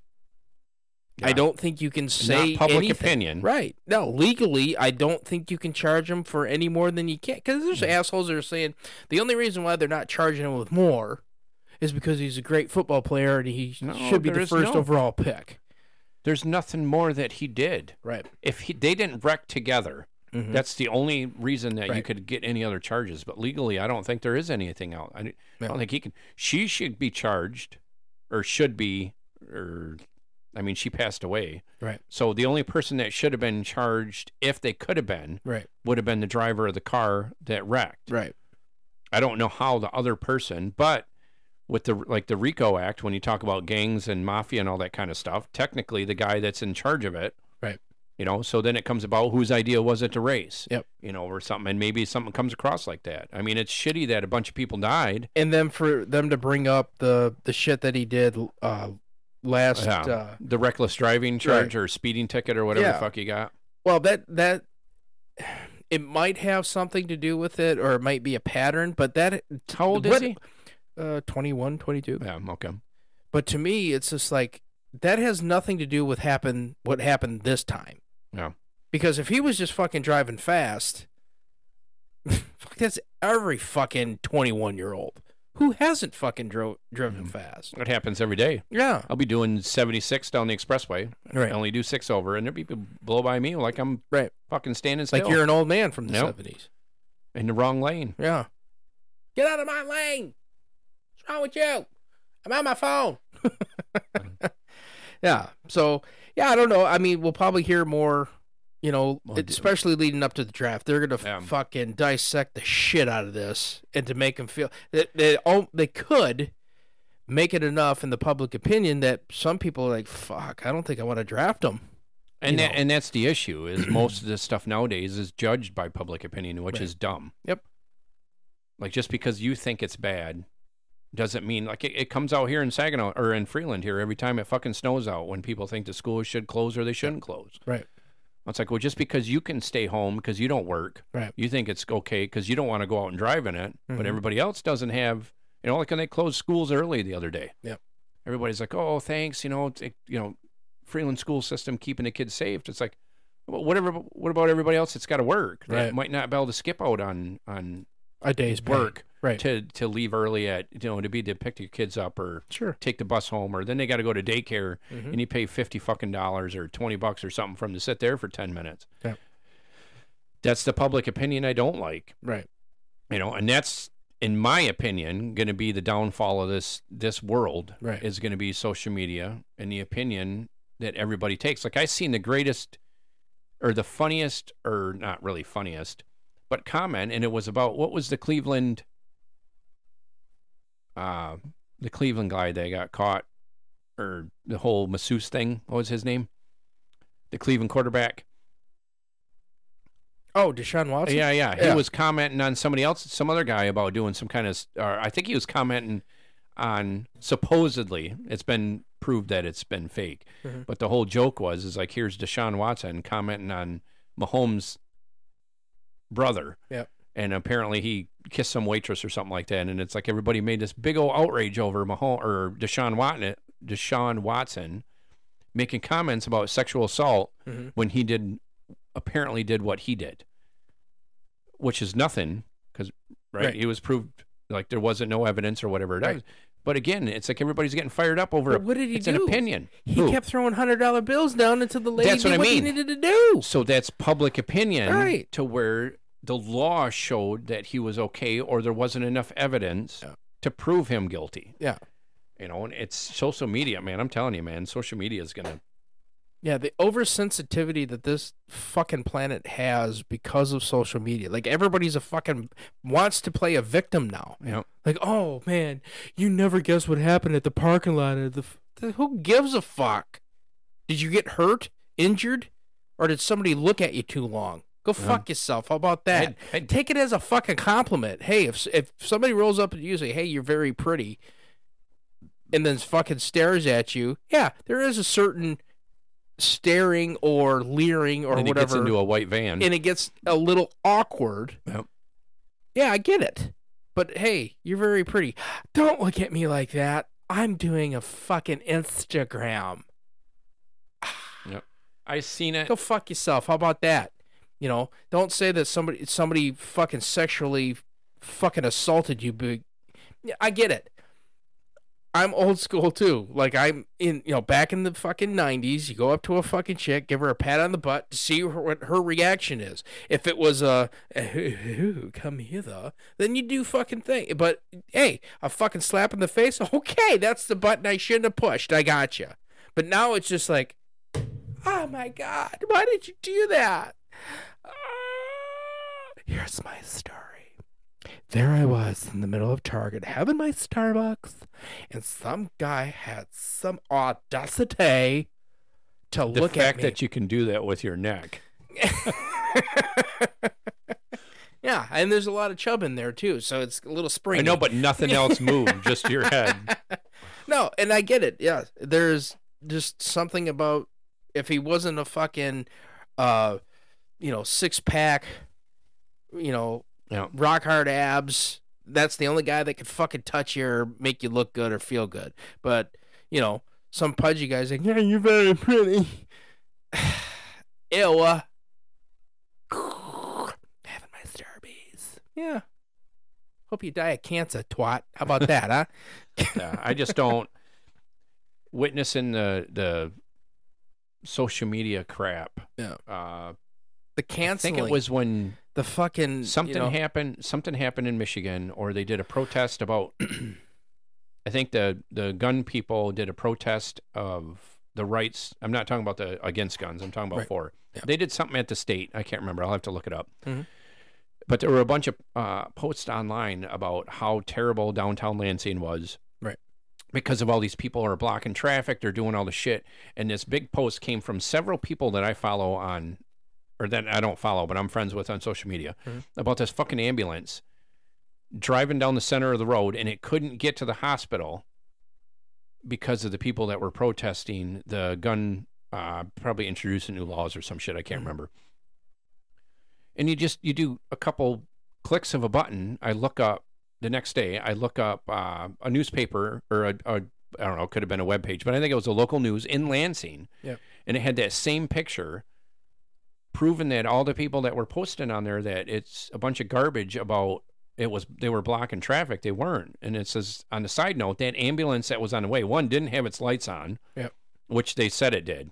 I
Yeah.
don't think you can say
Not public
anything.
opinion.
Right. No, legally, I don't think you can charge them for any more than you can. Because
Mm.
there's assholes that are saying the only reason why they're not charging him with more is because he's a great football player and he
No,
should be
there
the
is
first
no-
overall pick.
There's nothing more that he did.
Right.
If he, they didn't wreck together,
Mhm.
that's the only reason that you
Right.
could get any other charges. But legally, I don't think there is anything out. I, I
Yeah.
don't think he can. She should be charged, or should be, or I mean, she passed away.
Right.
So the only person that should have been charged, if they could have been,
Right.
would have been the driver of the car that wrecked.
Right.
I don't know how the other person, but with the like the RICO Act, when you talk about gangs and mafia and all that kind of stuff, technically the guy that's in charge of it,
Right.
You know, so then it comes about whose idea was it to race,
Yep.
You know, or something, and maybe something comes across like that. I mean, it's shitty that a bunch of people died.
And then for them to bring up the the shit that he did uh, last.
Yeah.
Uh,
the reckless driving charge or speeding ticket or whatever
Yeah.
the fuck you got.
well, that that it might have something to do with it, or it might be a pattern. But that
How old is
What-
he?
uh, 21, 22.
Yeah, okay.
But to me, it's just like that has nothing to do with happen what happened this time.
Yeah.
Because if he was just fucking driving fast, fuck, that's every fucking twenty-one year old who hasn't fucking drove driven fast.
It happens every day.
Mm-hmm. Yeah.
I'll be doing 76 down the expressway. I
Right.
only do six over, and there be people blow by me like I'm
Right.
fucking standing still
Like you're an old man from the
Nope.
seventies.
in the wrong lane.
Yeah. Get out of my lane. What's wrong with you? I'm on my phone. yeah. So yeah, I don't know. I mean, we'll probably hear more. You know,
Well, d-
especially leading up to the draft, they're gonna
Yeah.
fucking dissect the shit out of this and to make them feel that they all they could make it enough in the public opinion that some people are like, "Fuck, I don't think I want to draft them."
And
you
that,
know.
and that's the issue is most of this stuff nowadays is judged by public opinion, which
Right.
is dumb.
Yep.
Like just because you think it's bad doesn't mean like it, it comes out here in Saginaw or in Freeland here every time it fucking snows out when people think the schools should close or they shouldn't close.
Right.
It's like well just because you can stay home because you don't work,
Right.
you think it's okay because you don't want to go out and drive in it,
Mhm.
but everybody else doesn't have. You know, like when they closed schools early the other day.
Yep.
Everybody's like, "Oh, thanks," you know, it's- it, you know, Freeland school system keeping the kids safe. It's like, well, whatever. What about everybody else that's got to work? That
Right.
might not be able to skip out on on
A day's pay.
work
Right.
to to leave early at you know to be to pick your kids up or
Sure.
take the bus home or then they got to go to daycare
Mhm.
and you pay 50 fucking dollars or 20 bucks or something for them to sit there for 10 minutes
Yeah.
that's the public opinion i don't like
Right.
you know and that's in my opinion going to be the downfall of this this world
Right.
is going to be social media and the opinion that everybody takes like i seen the greatest or the funniest or not really funniest but comment and it was about what was the cleveland uh the cleveland guy that got caught or the whole masseuse thing what was his name the cleveland quarterback
Oh, Deshaun Watson.
yeah, yeah. He
Yeah.
was commenting on somebody else, some other guy about doing some kind of. Or I think he was commenting on supposedly it's been proved that it's been fake,
Mhm.
but the whole joke was is like here's Deshaun Watson commenting on Mahomes' brother.
Yep.
And apparently he kissed some waitress or something like that, and it's like everybody made this big old outrage over Mahomes or Deshaun Watson, Deshaun Watson, making comments about sexual assault
Mhm.
when he did apparently did what he did, which is nothing because right,
Right.
it was proved like there wasn't no evidence or whatever it is.
Right.
But again, it's like everybody's getting fired up over
But
a-
what did he
it's an
do?
opinion.
He
Who?
kept throwing hundred dollar bills down until the lady
That's
did
what I
what he
mean.
needed to do.
So that's public opinion
Right.
to where the law showed that he was okay or there wasn't enough evidence
Yeah.
to prove him guilty.
Yeah.
You know, and it's social media, man. I'm telling you, man, social media is gonna
Yeah, the oversensitivity that this fucking planet has because of social media. Like everybody's a fucking wants to play a victim now.
you know
Like, oh man, you never guess what happened at the parking lot of the. F- Who gives a fuck? Did you get hurt, injured, or did somebody look at you too long? Go fuck yourself. How about that?
I- I-
Take it as a fucking compliment. Hey, if if somebody rolls up and you say, "Hey, you're very pretty," and then fucking stares at you, yeah, there is a certain staring or leering or
and he
whatever
gets into a white van.
and it gets a little awkward.
Yep.
Yeah, I get it. But hey, you're very pretty. Don't look at me like that. I'm doing a fucking Instagram.
I seen it.
Go fuck yourself. How about that? You know, don't say that somebody somebody fucking sexually fucking assaulted you. Big. Yeah, I get it. I'm old school too. Like I'm in, you know, back in the fucking '90s, you go up to a fucking chick, give her a pat on the butt to see her, what her reaction is. If it was a come hither, then you do fucking thing. But hey, a fucking slap in the face. Okay, that's the button I shouldn't have pushed. I got you. But now it's just like, oh my god, why did you do that? Ah. Here's my story. There I was in the middle of Target having my Starbucks, and some guy had some audacity to
The
look
fact
at me.
that you can do that with your neck.
yeah, and there's a lot of chub in there too, so it's a little springy.
I know, but nothing else moved, just your head.
no, and I get it. Yeah, there's just something about if he wasn't a fucking, uh, you know, six pack, you know,
Yeah.
rock hard abs. That's the only guy that could fucking touch you or make you look good or feel good. But you know, some pudgy guys like, yeah, you're very pretty. Ew. uh, Having my Starbies. Yeah. Hope you die of cancer, twat. How about that, huh?
Yeah, I just don't witnessing the the social media crap.
Yeah.
Uh,
The
I
canceling.
think it was when
the fucking
something
You know,
happened something happened in michigan or they did a protest about i think the the gun people did a protest of the rights i'm not talking about the against guns i'm talking about
Right.
for
Yeah.
they did something at the state i can't remember i'll have to look it up
Mhm.
but there were a bunch of uh, posts online about how terrible downtown lansing was
Right.
because of all these people are blocking traffic they're doing all the shit and this big post came from several people that i follow on or that I don't follow, but I'm friends with on social media,
Mhm.
about this fucking ambulance driving down the center of the road and it couldn't get to the hospital because of the people that were protesting the gun, uh, probably introducing new laws or some shit. I can't
Mhm.
remember. And you just, you do a couple clicks of a button. I look up the next day, I look up uh, a newspaper or a, a, I don't know, it could have been a web page, but I think it was a local news in Lansing.
Yep.
And it had that same picture proven that all the people that were posting on there that it's a bunch of garbage about it was they were blocking traffic they weren't and it says on the side note that ambulance that was on the way one didn't have its lights on
Yep.
which they said it did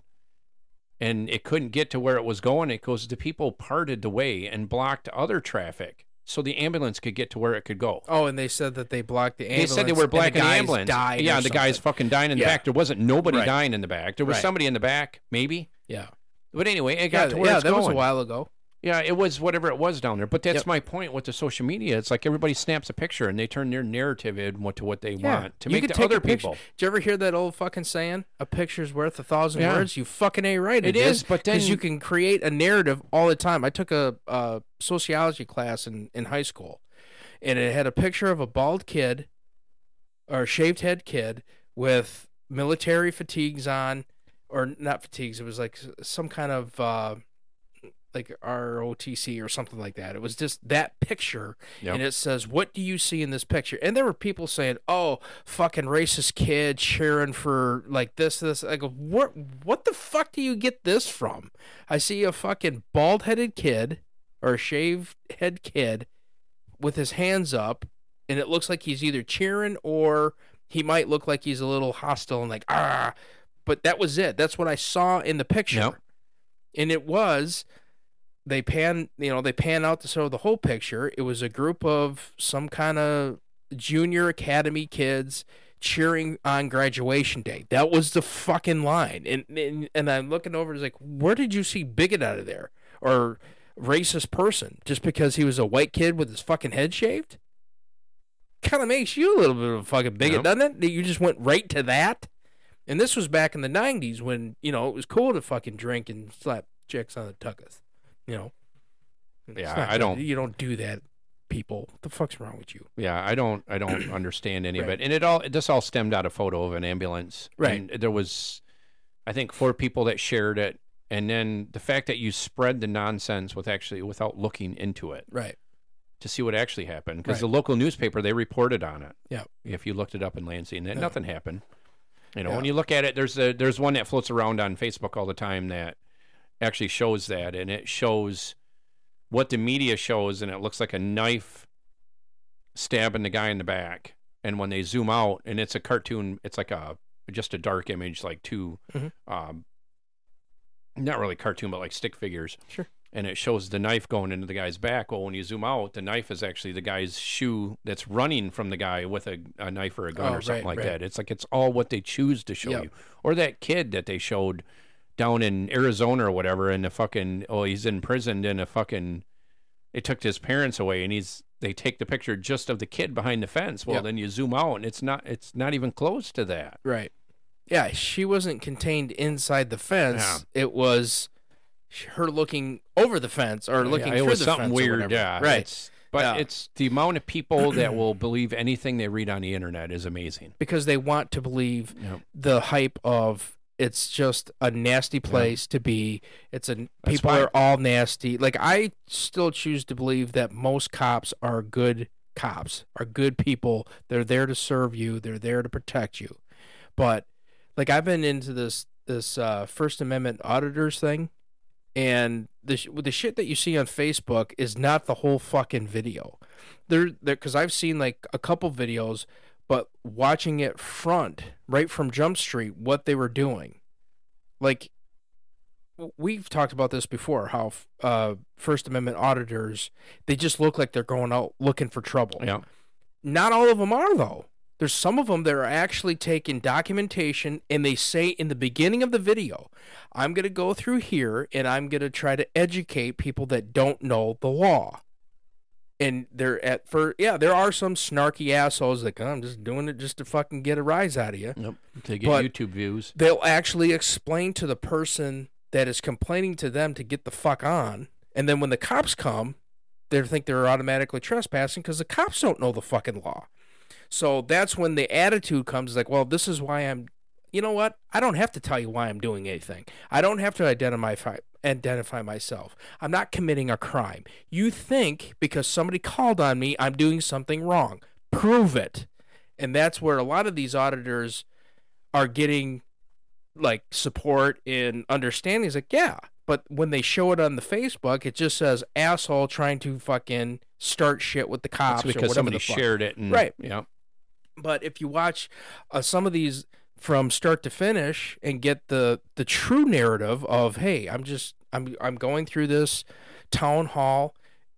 and it couldn't get to where it was going it goes the people parted the way and blocked other traffic so the ambulance could get to where it could go
Oh, and they said that they blocked the ambulance.
they said they were
and
black
the
and the
guys
ambulance.
Died
yeah,
or
the guy's
something.
fucking dying in the
Yeah.
back. There wasn't nobody
Right.
dying in the back. There was
Right.
somebody in the back, maybe.
yeah,
But anyway, it
yeah,
got to where
yeah.
it's
That was a
going.
while ago.
Yeah, it was whatever it was down there. But that's
Yep.
my point with the social media. It's like everybody snaps a picture and they turn their narrative in what to what they want to
You
make
could
the
take
other
a picture-
people.
Did you ever hear that old fucking saying? A picture's worth a thousand
Yeah.
words. You fucking ain't right.
It is, but then-
because you can create a narrative all the time. I took a, uh sociology class in in high school, and it had a picture of a bald kid, or a shaved head kid with military fatigues on, or not fatigues. It was like s- some kind of. Uh, like ROTC or something like that. It was just that picture,
Yep.
and it says, "What do you see in this picture?" And there were people saying, "Oh, fucking racist kid cheering for like this, this." I go, "What? What the fuck do you get this from?" I see a fucking bald headed kid or a shaved head kid with his hands up, and it looks like he's either cheering or he might look like he's a little hostile and like ah. But that was it. That's what I saw in the picture
Yep.
and it was they pan you know they pan out to show the whole picture it was a group of some kind of junior academy kids cheering on graduation day that was the fucking line and and, and i'm looking over it's like where did you see bigot out of there or racist person just because he was a white kid with his fucking head shaved kind of makes you a little bit of a fucking bigot
Yep.
doesn't it that you just went right to that and this was back in the 90s when, you know, it was cool to fucking drink and slap chicks on the tuckus. You know? It's
Yeah,
not
I don't-
You don't do that, people. What the fuck's wrong with you?
Yeah, I don't I don't understand any of
Right.
it. And it all this all stemmed out a photo of an ambulance.
Right.
And there was I think four people that shared it. And then the fact that you spread the nonsense with actually without looking into it
Right.
to see what actually happened. Because
Right.
the local newspaper they reported on it.
Yeah.
If you looked it up in Lansing, that
Yeah.
nothing happened. You know,
Yeah.
when you look at it, there's a there's one that floats around on Facebook all the time that actually shows that and it shows what the media shows and it looks like a knife stabbing the guy in the back and when they zoom out and it's a cartoon it's like a just a dark image like 2
Mhm.
um not really cartoon but like stick figures
Sure.
and it shows the knife going into the guy's back well when you zoom out the knife is actually the guy's shoe that's running from the guy with a, a knife or a gun
Oh,
or something
right,
like
right.
that it's like it's all what they choose to show
Yep.
you or that kid that they showed down in Arizona or whatever, and the fucking oh, he's imprisoned in a fucking. It took his parents away, and he's they take the picture just of the kid behind the fence. Well,
Yep.
then you zoom out, and it's not it's not even close to that.
Right. Yeah, she wasn't contained inside the fence. It was her looking over the fence or looking
Yeah,
through
it was
the
something
fence or
weird.
whatever.
Yeah,
Right.
It's, but
Yeah.
it's the amount of people that will believe anything they read on the internet is amazing.
because they want to believe
Yep.
the hype of it's just a nasty place to be. It's a people
why-
are all nasty. Like I still choose to believe that most cops are good cops, are good people. They're there to serve you. They're there to protect you. But like I've been into this this uh, First Amendment auditors thing, and the sh- the shit that you see on Facebook is not the whole fucking video. There, there, because I've seen like a couple videos, but watching it front right from Jump Street, what they were doing, like w- we've talked about this before, how f- uh, First Amendment auditors they just look like they're going out looking for trouble
Yeah,
not all of them are though there's some of them that are actually taking documentation and they say in the beginning of the video i'm going to go through here and i'm going to try to educate people that don't know the law and they're at first yeah there are some snarky assholes that i'm just doing it just to fucking get a rise out of you
yep. To get
But-
YouTube views.
they'll actually explain to the person that is complaining to them to get the fuck on. And then when the cops come, they think they're automatically trespassing because the cops don't know the fucking law. So that's when the attitude comes like, well, this is why I'm, you know what? I don't have to tell you why I'm doing anything. I don't have to identify identify myself. I'm not committing a crime. You think because somebody called on me, I'm doing something wrong. Prove it. And that's where a lot of these auditors are getting like support and understanding. It's like, yeah. But when they show it on the Facebook, it just says asshole trying to fucking start shit with the cops
That's
or whatever
because somebody
the fuck.
shared it, and,
Right.
Yeah,
But if you watch uh, some of these from start to finish and get the the true narrative of, hey, I'm just I'm I'm going through this town hall.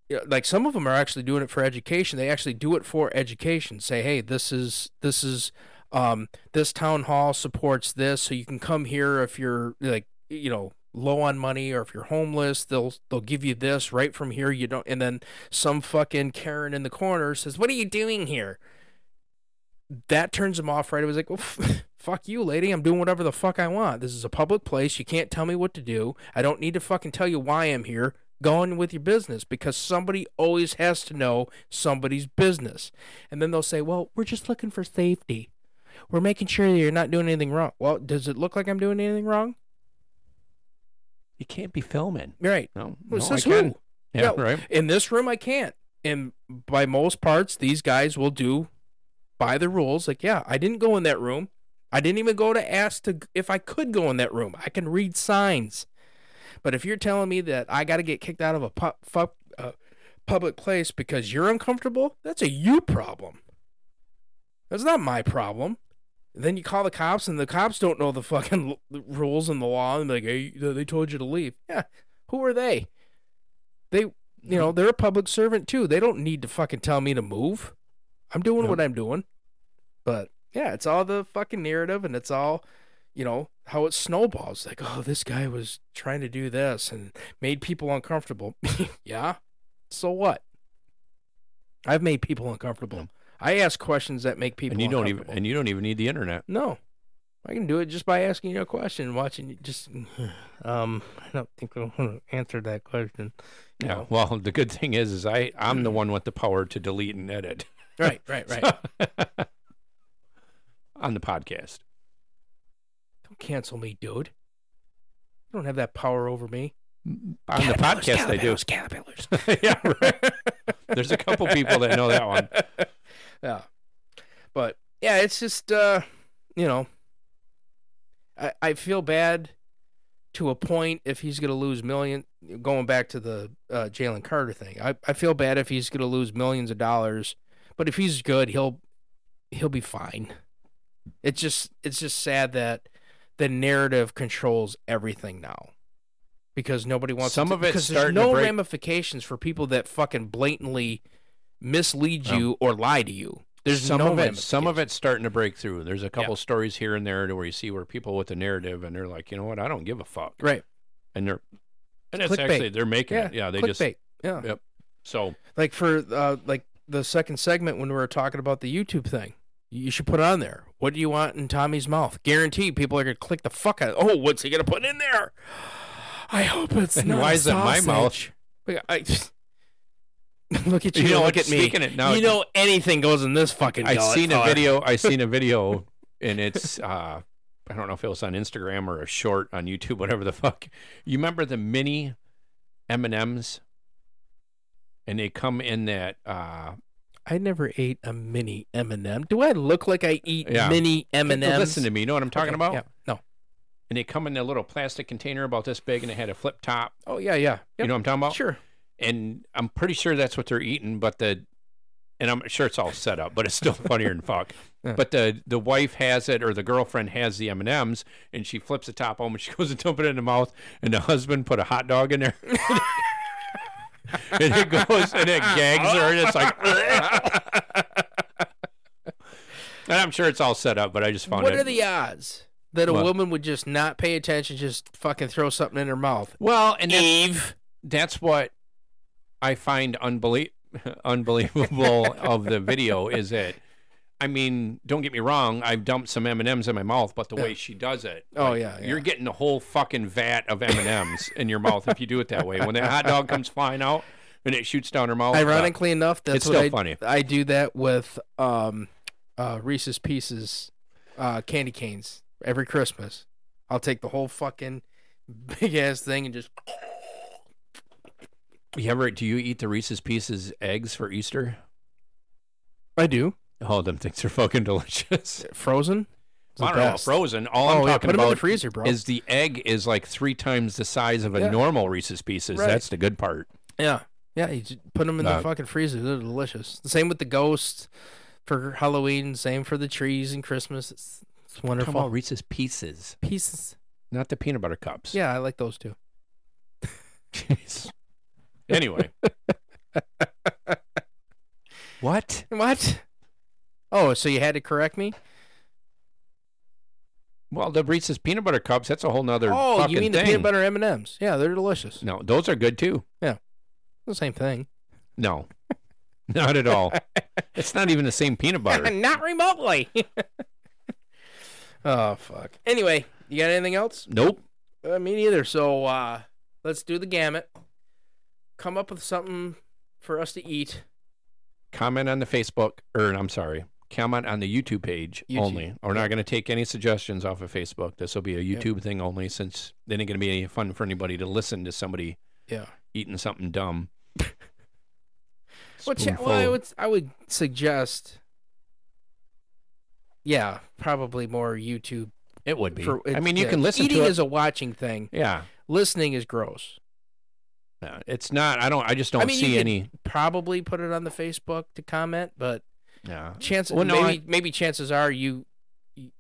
you know, Like some of them are actually doing it for education. They actually do it for education. Say, hey, this is this is um, this town hall supports this, so you can come here if you're like you know low on money or if you're homeless. They'll they'll give you this right from here. You don't, and then some fucking Karen in the corner says, "What are you doing here?" that turns him off right. It was like, well, f- fuck you, lady. I'm doing whatever the fuck I want. This is a public place. You can't tell me what to do. I don't need to fucking tell you why I'm here. Go on with your business because somebody always has to know somebody's business. And then they'll say, well, we're just looking for safety. We're making sure that you're not doing anything wrong. Well, does it look like I'm doing anything wrong?
You can't be filming.
Right.
No,
Who
no, I
says who?
can't. Yeah,
No.
right.
In this room, I can't. And by most parts, these guys will do by the rules. Like, yeah, I didn't go in that room. I didn't even go to ask to if I could go in that room. I can read signs. But if you're telling me that I got to get kicked out of a pu- fu- uh, public place because you're uncomfortable, that's a you problem. That's not my problem. Then you call the cops, and the cops don't know the fucking l- rules and the law, and they're like, hey, they told you to leave. Yeah, who are they? They you know, they're a public servant too. They don't need to fucking tell me to move. I'm doing
Yep.
what I'm doing. But yeah, it's all the fucking narrative and it's all, you know, how it snowballs. Like, oh, this guy was trying to do this and made people uncomfortable. yeah. So what? I've made people uncomfortable.
Yeah.
I ask questions that make people
and you don't even
uncomfortable.
and you don't even need the internet.
No. I can do it just by asking you a question and watching you just um I don't think I want to answer that question.
Yeah.
No.
Well, the good thing is, is I I'm the one with the power to delete and edit
Right, right, right.
on the podcast.
Don't cancel me, dude. You don't have that power over me.
On the podcast, I do.
Caterpillars.
yeah, right. There's a couple people that know that one.
yeah. But yeah, it's just uh you know I I feel bad to a point if he's gonna lose million going back to the uh Jalen Carter thing. I, I feel bad if he's gonna lose millions of dollars, but if he's good he'll he'll be fine. It's just it's just sad that the narrative controls everything now. Because nobody wants
Some
to,
of it's
because
starting
there's no
to break-
ramifications for people that fucking blatantly mislead
No.
you or lie to you. There's
some
no
of it. Some of
ramifications.
it's starting to break through. There's a couple stories here and there to where you see where people with the narrative and they're like, you know what, I don't give a fuck,
Right.
and they're and it's
Clickbait.
actually they're making
Yeah.
it. Yeah, they
clickbait.
just
yeah.
Yep. so
Like for uh, like the second segment when we were talking about the YouTube thing, you should put on there. What do you want in Tommy's mouth? Guaranteed, people are gonna click the fuck out. Of, oh, what's he gonna put in there? I hope it's
And
not.
why
a
is it my mouth?
sausage. Look, I, look at you.
You know
look
what?
at me.
Speaking it now-
you know anything goes in this fucking.
I
gullet,
seen a
fella.
video. I seen a video, and it's uh, I don't know if it was on Instagram or a short on YouTube, whatever the fuck. You remember the mini M and M's, and they come in that uh,
I never ate a mini M and m Do I look like I eat
Yeah.
mini M and M's?
Listen to me. You know what I'm talking about?
Yeah. No.
And they come in a little plastic container about this big, and it had a flip top.
Oh yeah, yeah.
You know what I'm talking about?
Sure.
And I'm pretty sure that's what they're eating, but the and I'm sure it's all set up, but it's still funnier than fuck.
Yeah.
But the the wife has it, or the girlfriend has the M and M's, and she flips the top home, and she goes and dump it in the mouth, and the husband put a hot dog in there, and it goes and it gags her, and it's like, and I'm sure it's all set up, but I just found
What
it.
are the odds that a
What?
woman would just not pay attention, just fucking throw something in her mouth?
well, and that's, that's what I find unbelie- unbelievable of the video is that. I mean, don't get me wrong. I've dumped some M and M's in my mouth, but the way she does it,
Oh yeah, yeah.
You're getting a whole fucking vat of M and M's in your mouth if you do it that way. When that hot dog comes flying out and it shoots down her mouth,
Ironically enough, that's
Oh, It's
what
still
I,
funny.
I do that with um, uh, Reese's Pieces uh, candy canes every Christmas. I'll take the whole fucking big ass thing and just
you ever do you eat the Reese's Pieces eggs for Easter?
I do
Oh, them things are fucking delicious.
frozen. It's the
I don't know,
best.
frozen.
Oh
All I'm
yeah,
talking
put 'em in the
about
freezer, bro.
is the egg is like three times the size of a
Yeah.
normal Reese's Pieces.
Right.
That's the good part.
Yeah. Yeah, you just put them in
Uh,
the fucking freezer. They're delicious. The same with the ghosts for Halloween, same for the trees and Christmas. It's, it's
Talking about
wonderful.
Reese's Pieces,
Pieces.
not the peanut butter cups.
Yeah, I like those too.
Jeez. Anyway. what?
What? Oh, so you had to correct me?
Well, the Reese's peanut butter cups, that's a whole nother
oh,
fucking
you mean
thing.
the peanut butter M&Ms. Yeah, they're delicious.
No, those are good too.
The same thing.
No. Not at all. it's not even the same peanut butter.
Not remotely. oh, fuck. Anyway, you got anything else?
Nope.
Uh, me neither. So uh, let's do the gamut. Come up with something for us to eat.
Comment on the Facebook or I'm sorry. comment on the YouTube page
YouTube,
only. We're not going to take any suggestions off of Facebook. This will be a YouTube thing only, since it ain't going to be any fun for anybody to listen to somebody
Yeah.
eating something dumb.
Well, cha-
Spoonful.
well, I would I would suggest. Yeah, probably more YouTube.
it would be.
For,
I mean, you
yeah,
can listen
Eating
to it.
is a watching thing.
yeah,
Listening is gross.
No, it's not. I don't. I just don't
mean, you
see
could-
any.
Probably put it on the Facebook to comment, but
Yeah.
chances
Well, no,
maybe maybe chances are you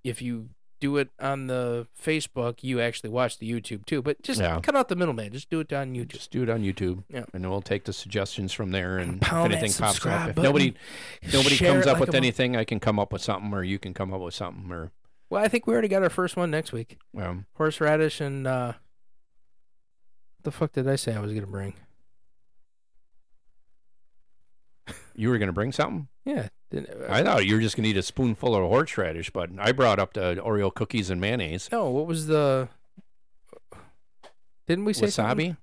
if you do it on the Facebook, you actually watch the YouTube too. But just
Yeah.
cut out the middleman. Just do it on YouTube.
Just do it on YouTube,
Yeah.
and we'll take the suggestions from there. And if
Pound that
anything pops
subscribe
up, if
button.
nobody nobody
Share
comes
it
up
like
with
a mo-
anything, I can come up with something, or you can come up with something, or
Well, I think we already got our first one next week.
um,
Horseradish and uh the fuck did I say I was gonna bring?
you were going to bring something.
Yeah. didn't-
I thought you were just going to eat a spoonful of horseradish, but I brought up the Oreo cookies and mayonnaise.
No, what was the? Didn't we say
Wasabi?
something?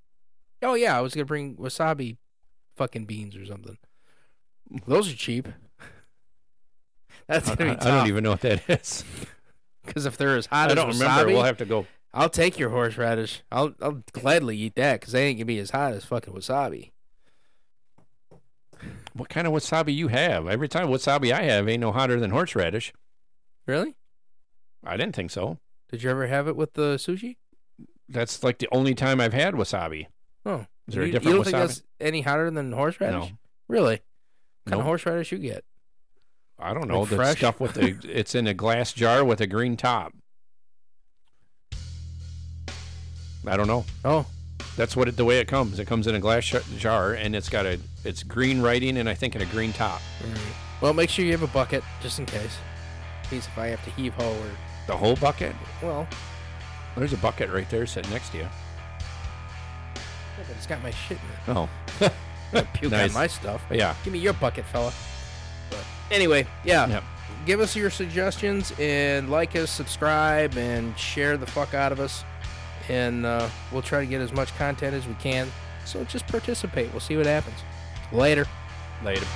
Oh yeah, I was gonna bring wasabi, fucking beans or something. Those are cheap. That's
I,
gonna
I-
be
I
tough.
don't even know what that is.
because if they're as hot
I
as
don't
wasabi,
remember. We'll have to go.
I'll take your horseradish. I'll I'll gladly eat that because they ain't gonna be as hot as fucking wasabi.
What kind of wasabi you have? Every time wasabi I have ain't no hotter than horseradish.
Really?
I didn't think so.
Did you ever have it with the sushi?
That's like the only time I've had wasabi.
Oh,
Is there a
you,
different
you don't
wasabi?
think that's any hotter than horseradish?
No.
Really? What kind
Nope.
of horseradish you get?
I don't know
Like
the
fresh?
stuff with the. It's in a glass jar with a green top. I don't know.
Oh,
That's what it, the way it comes. It comes in a glass sh- jar and it's got a. It's green writing and I think in a green top.
mm. Well, make sure you have a bucket just in case. In case if I have to heave ho or
The whole bucket.
well,
There's a bucket right there sitting next to you.
yeah, but it's got my shit in
Oh,
it. I puke
Nice.
on my stuff.
yeah.
Give me your bucket, fella. But anyway, yeah.
Yep.
Give us your suggestions and like us, subscribe, and share the fuck out of us. And uh, we'll try to get as much content as we can. So just participate. We'll see what happens. Later.
Later.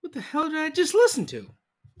What the hell did I just listen to?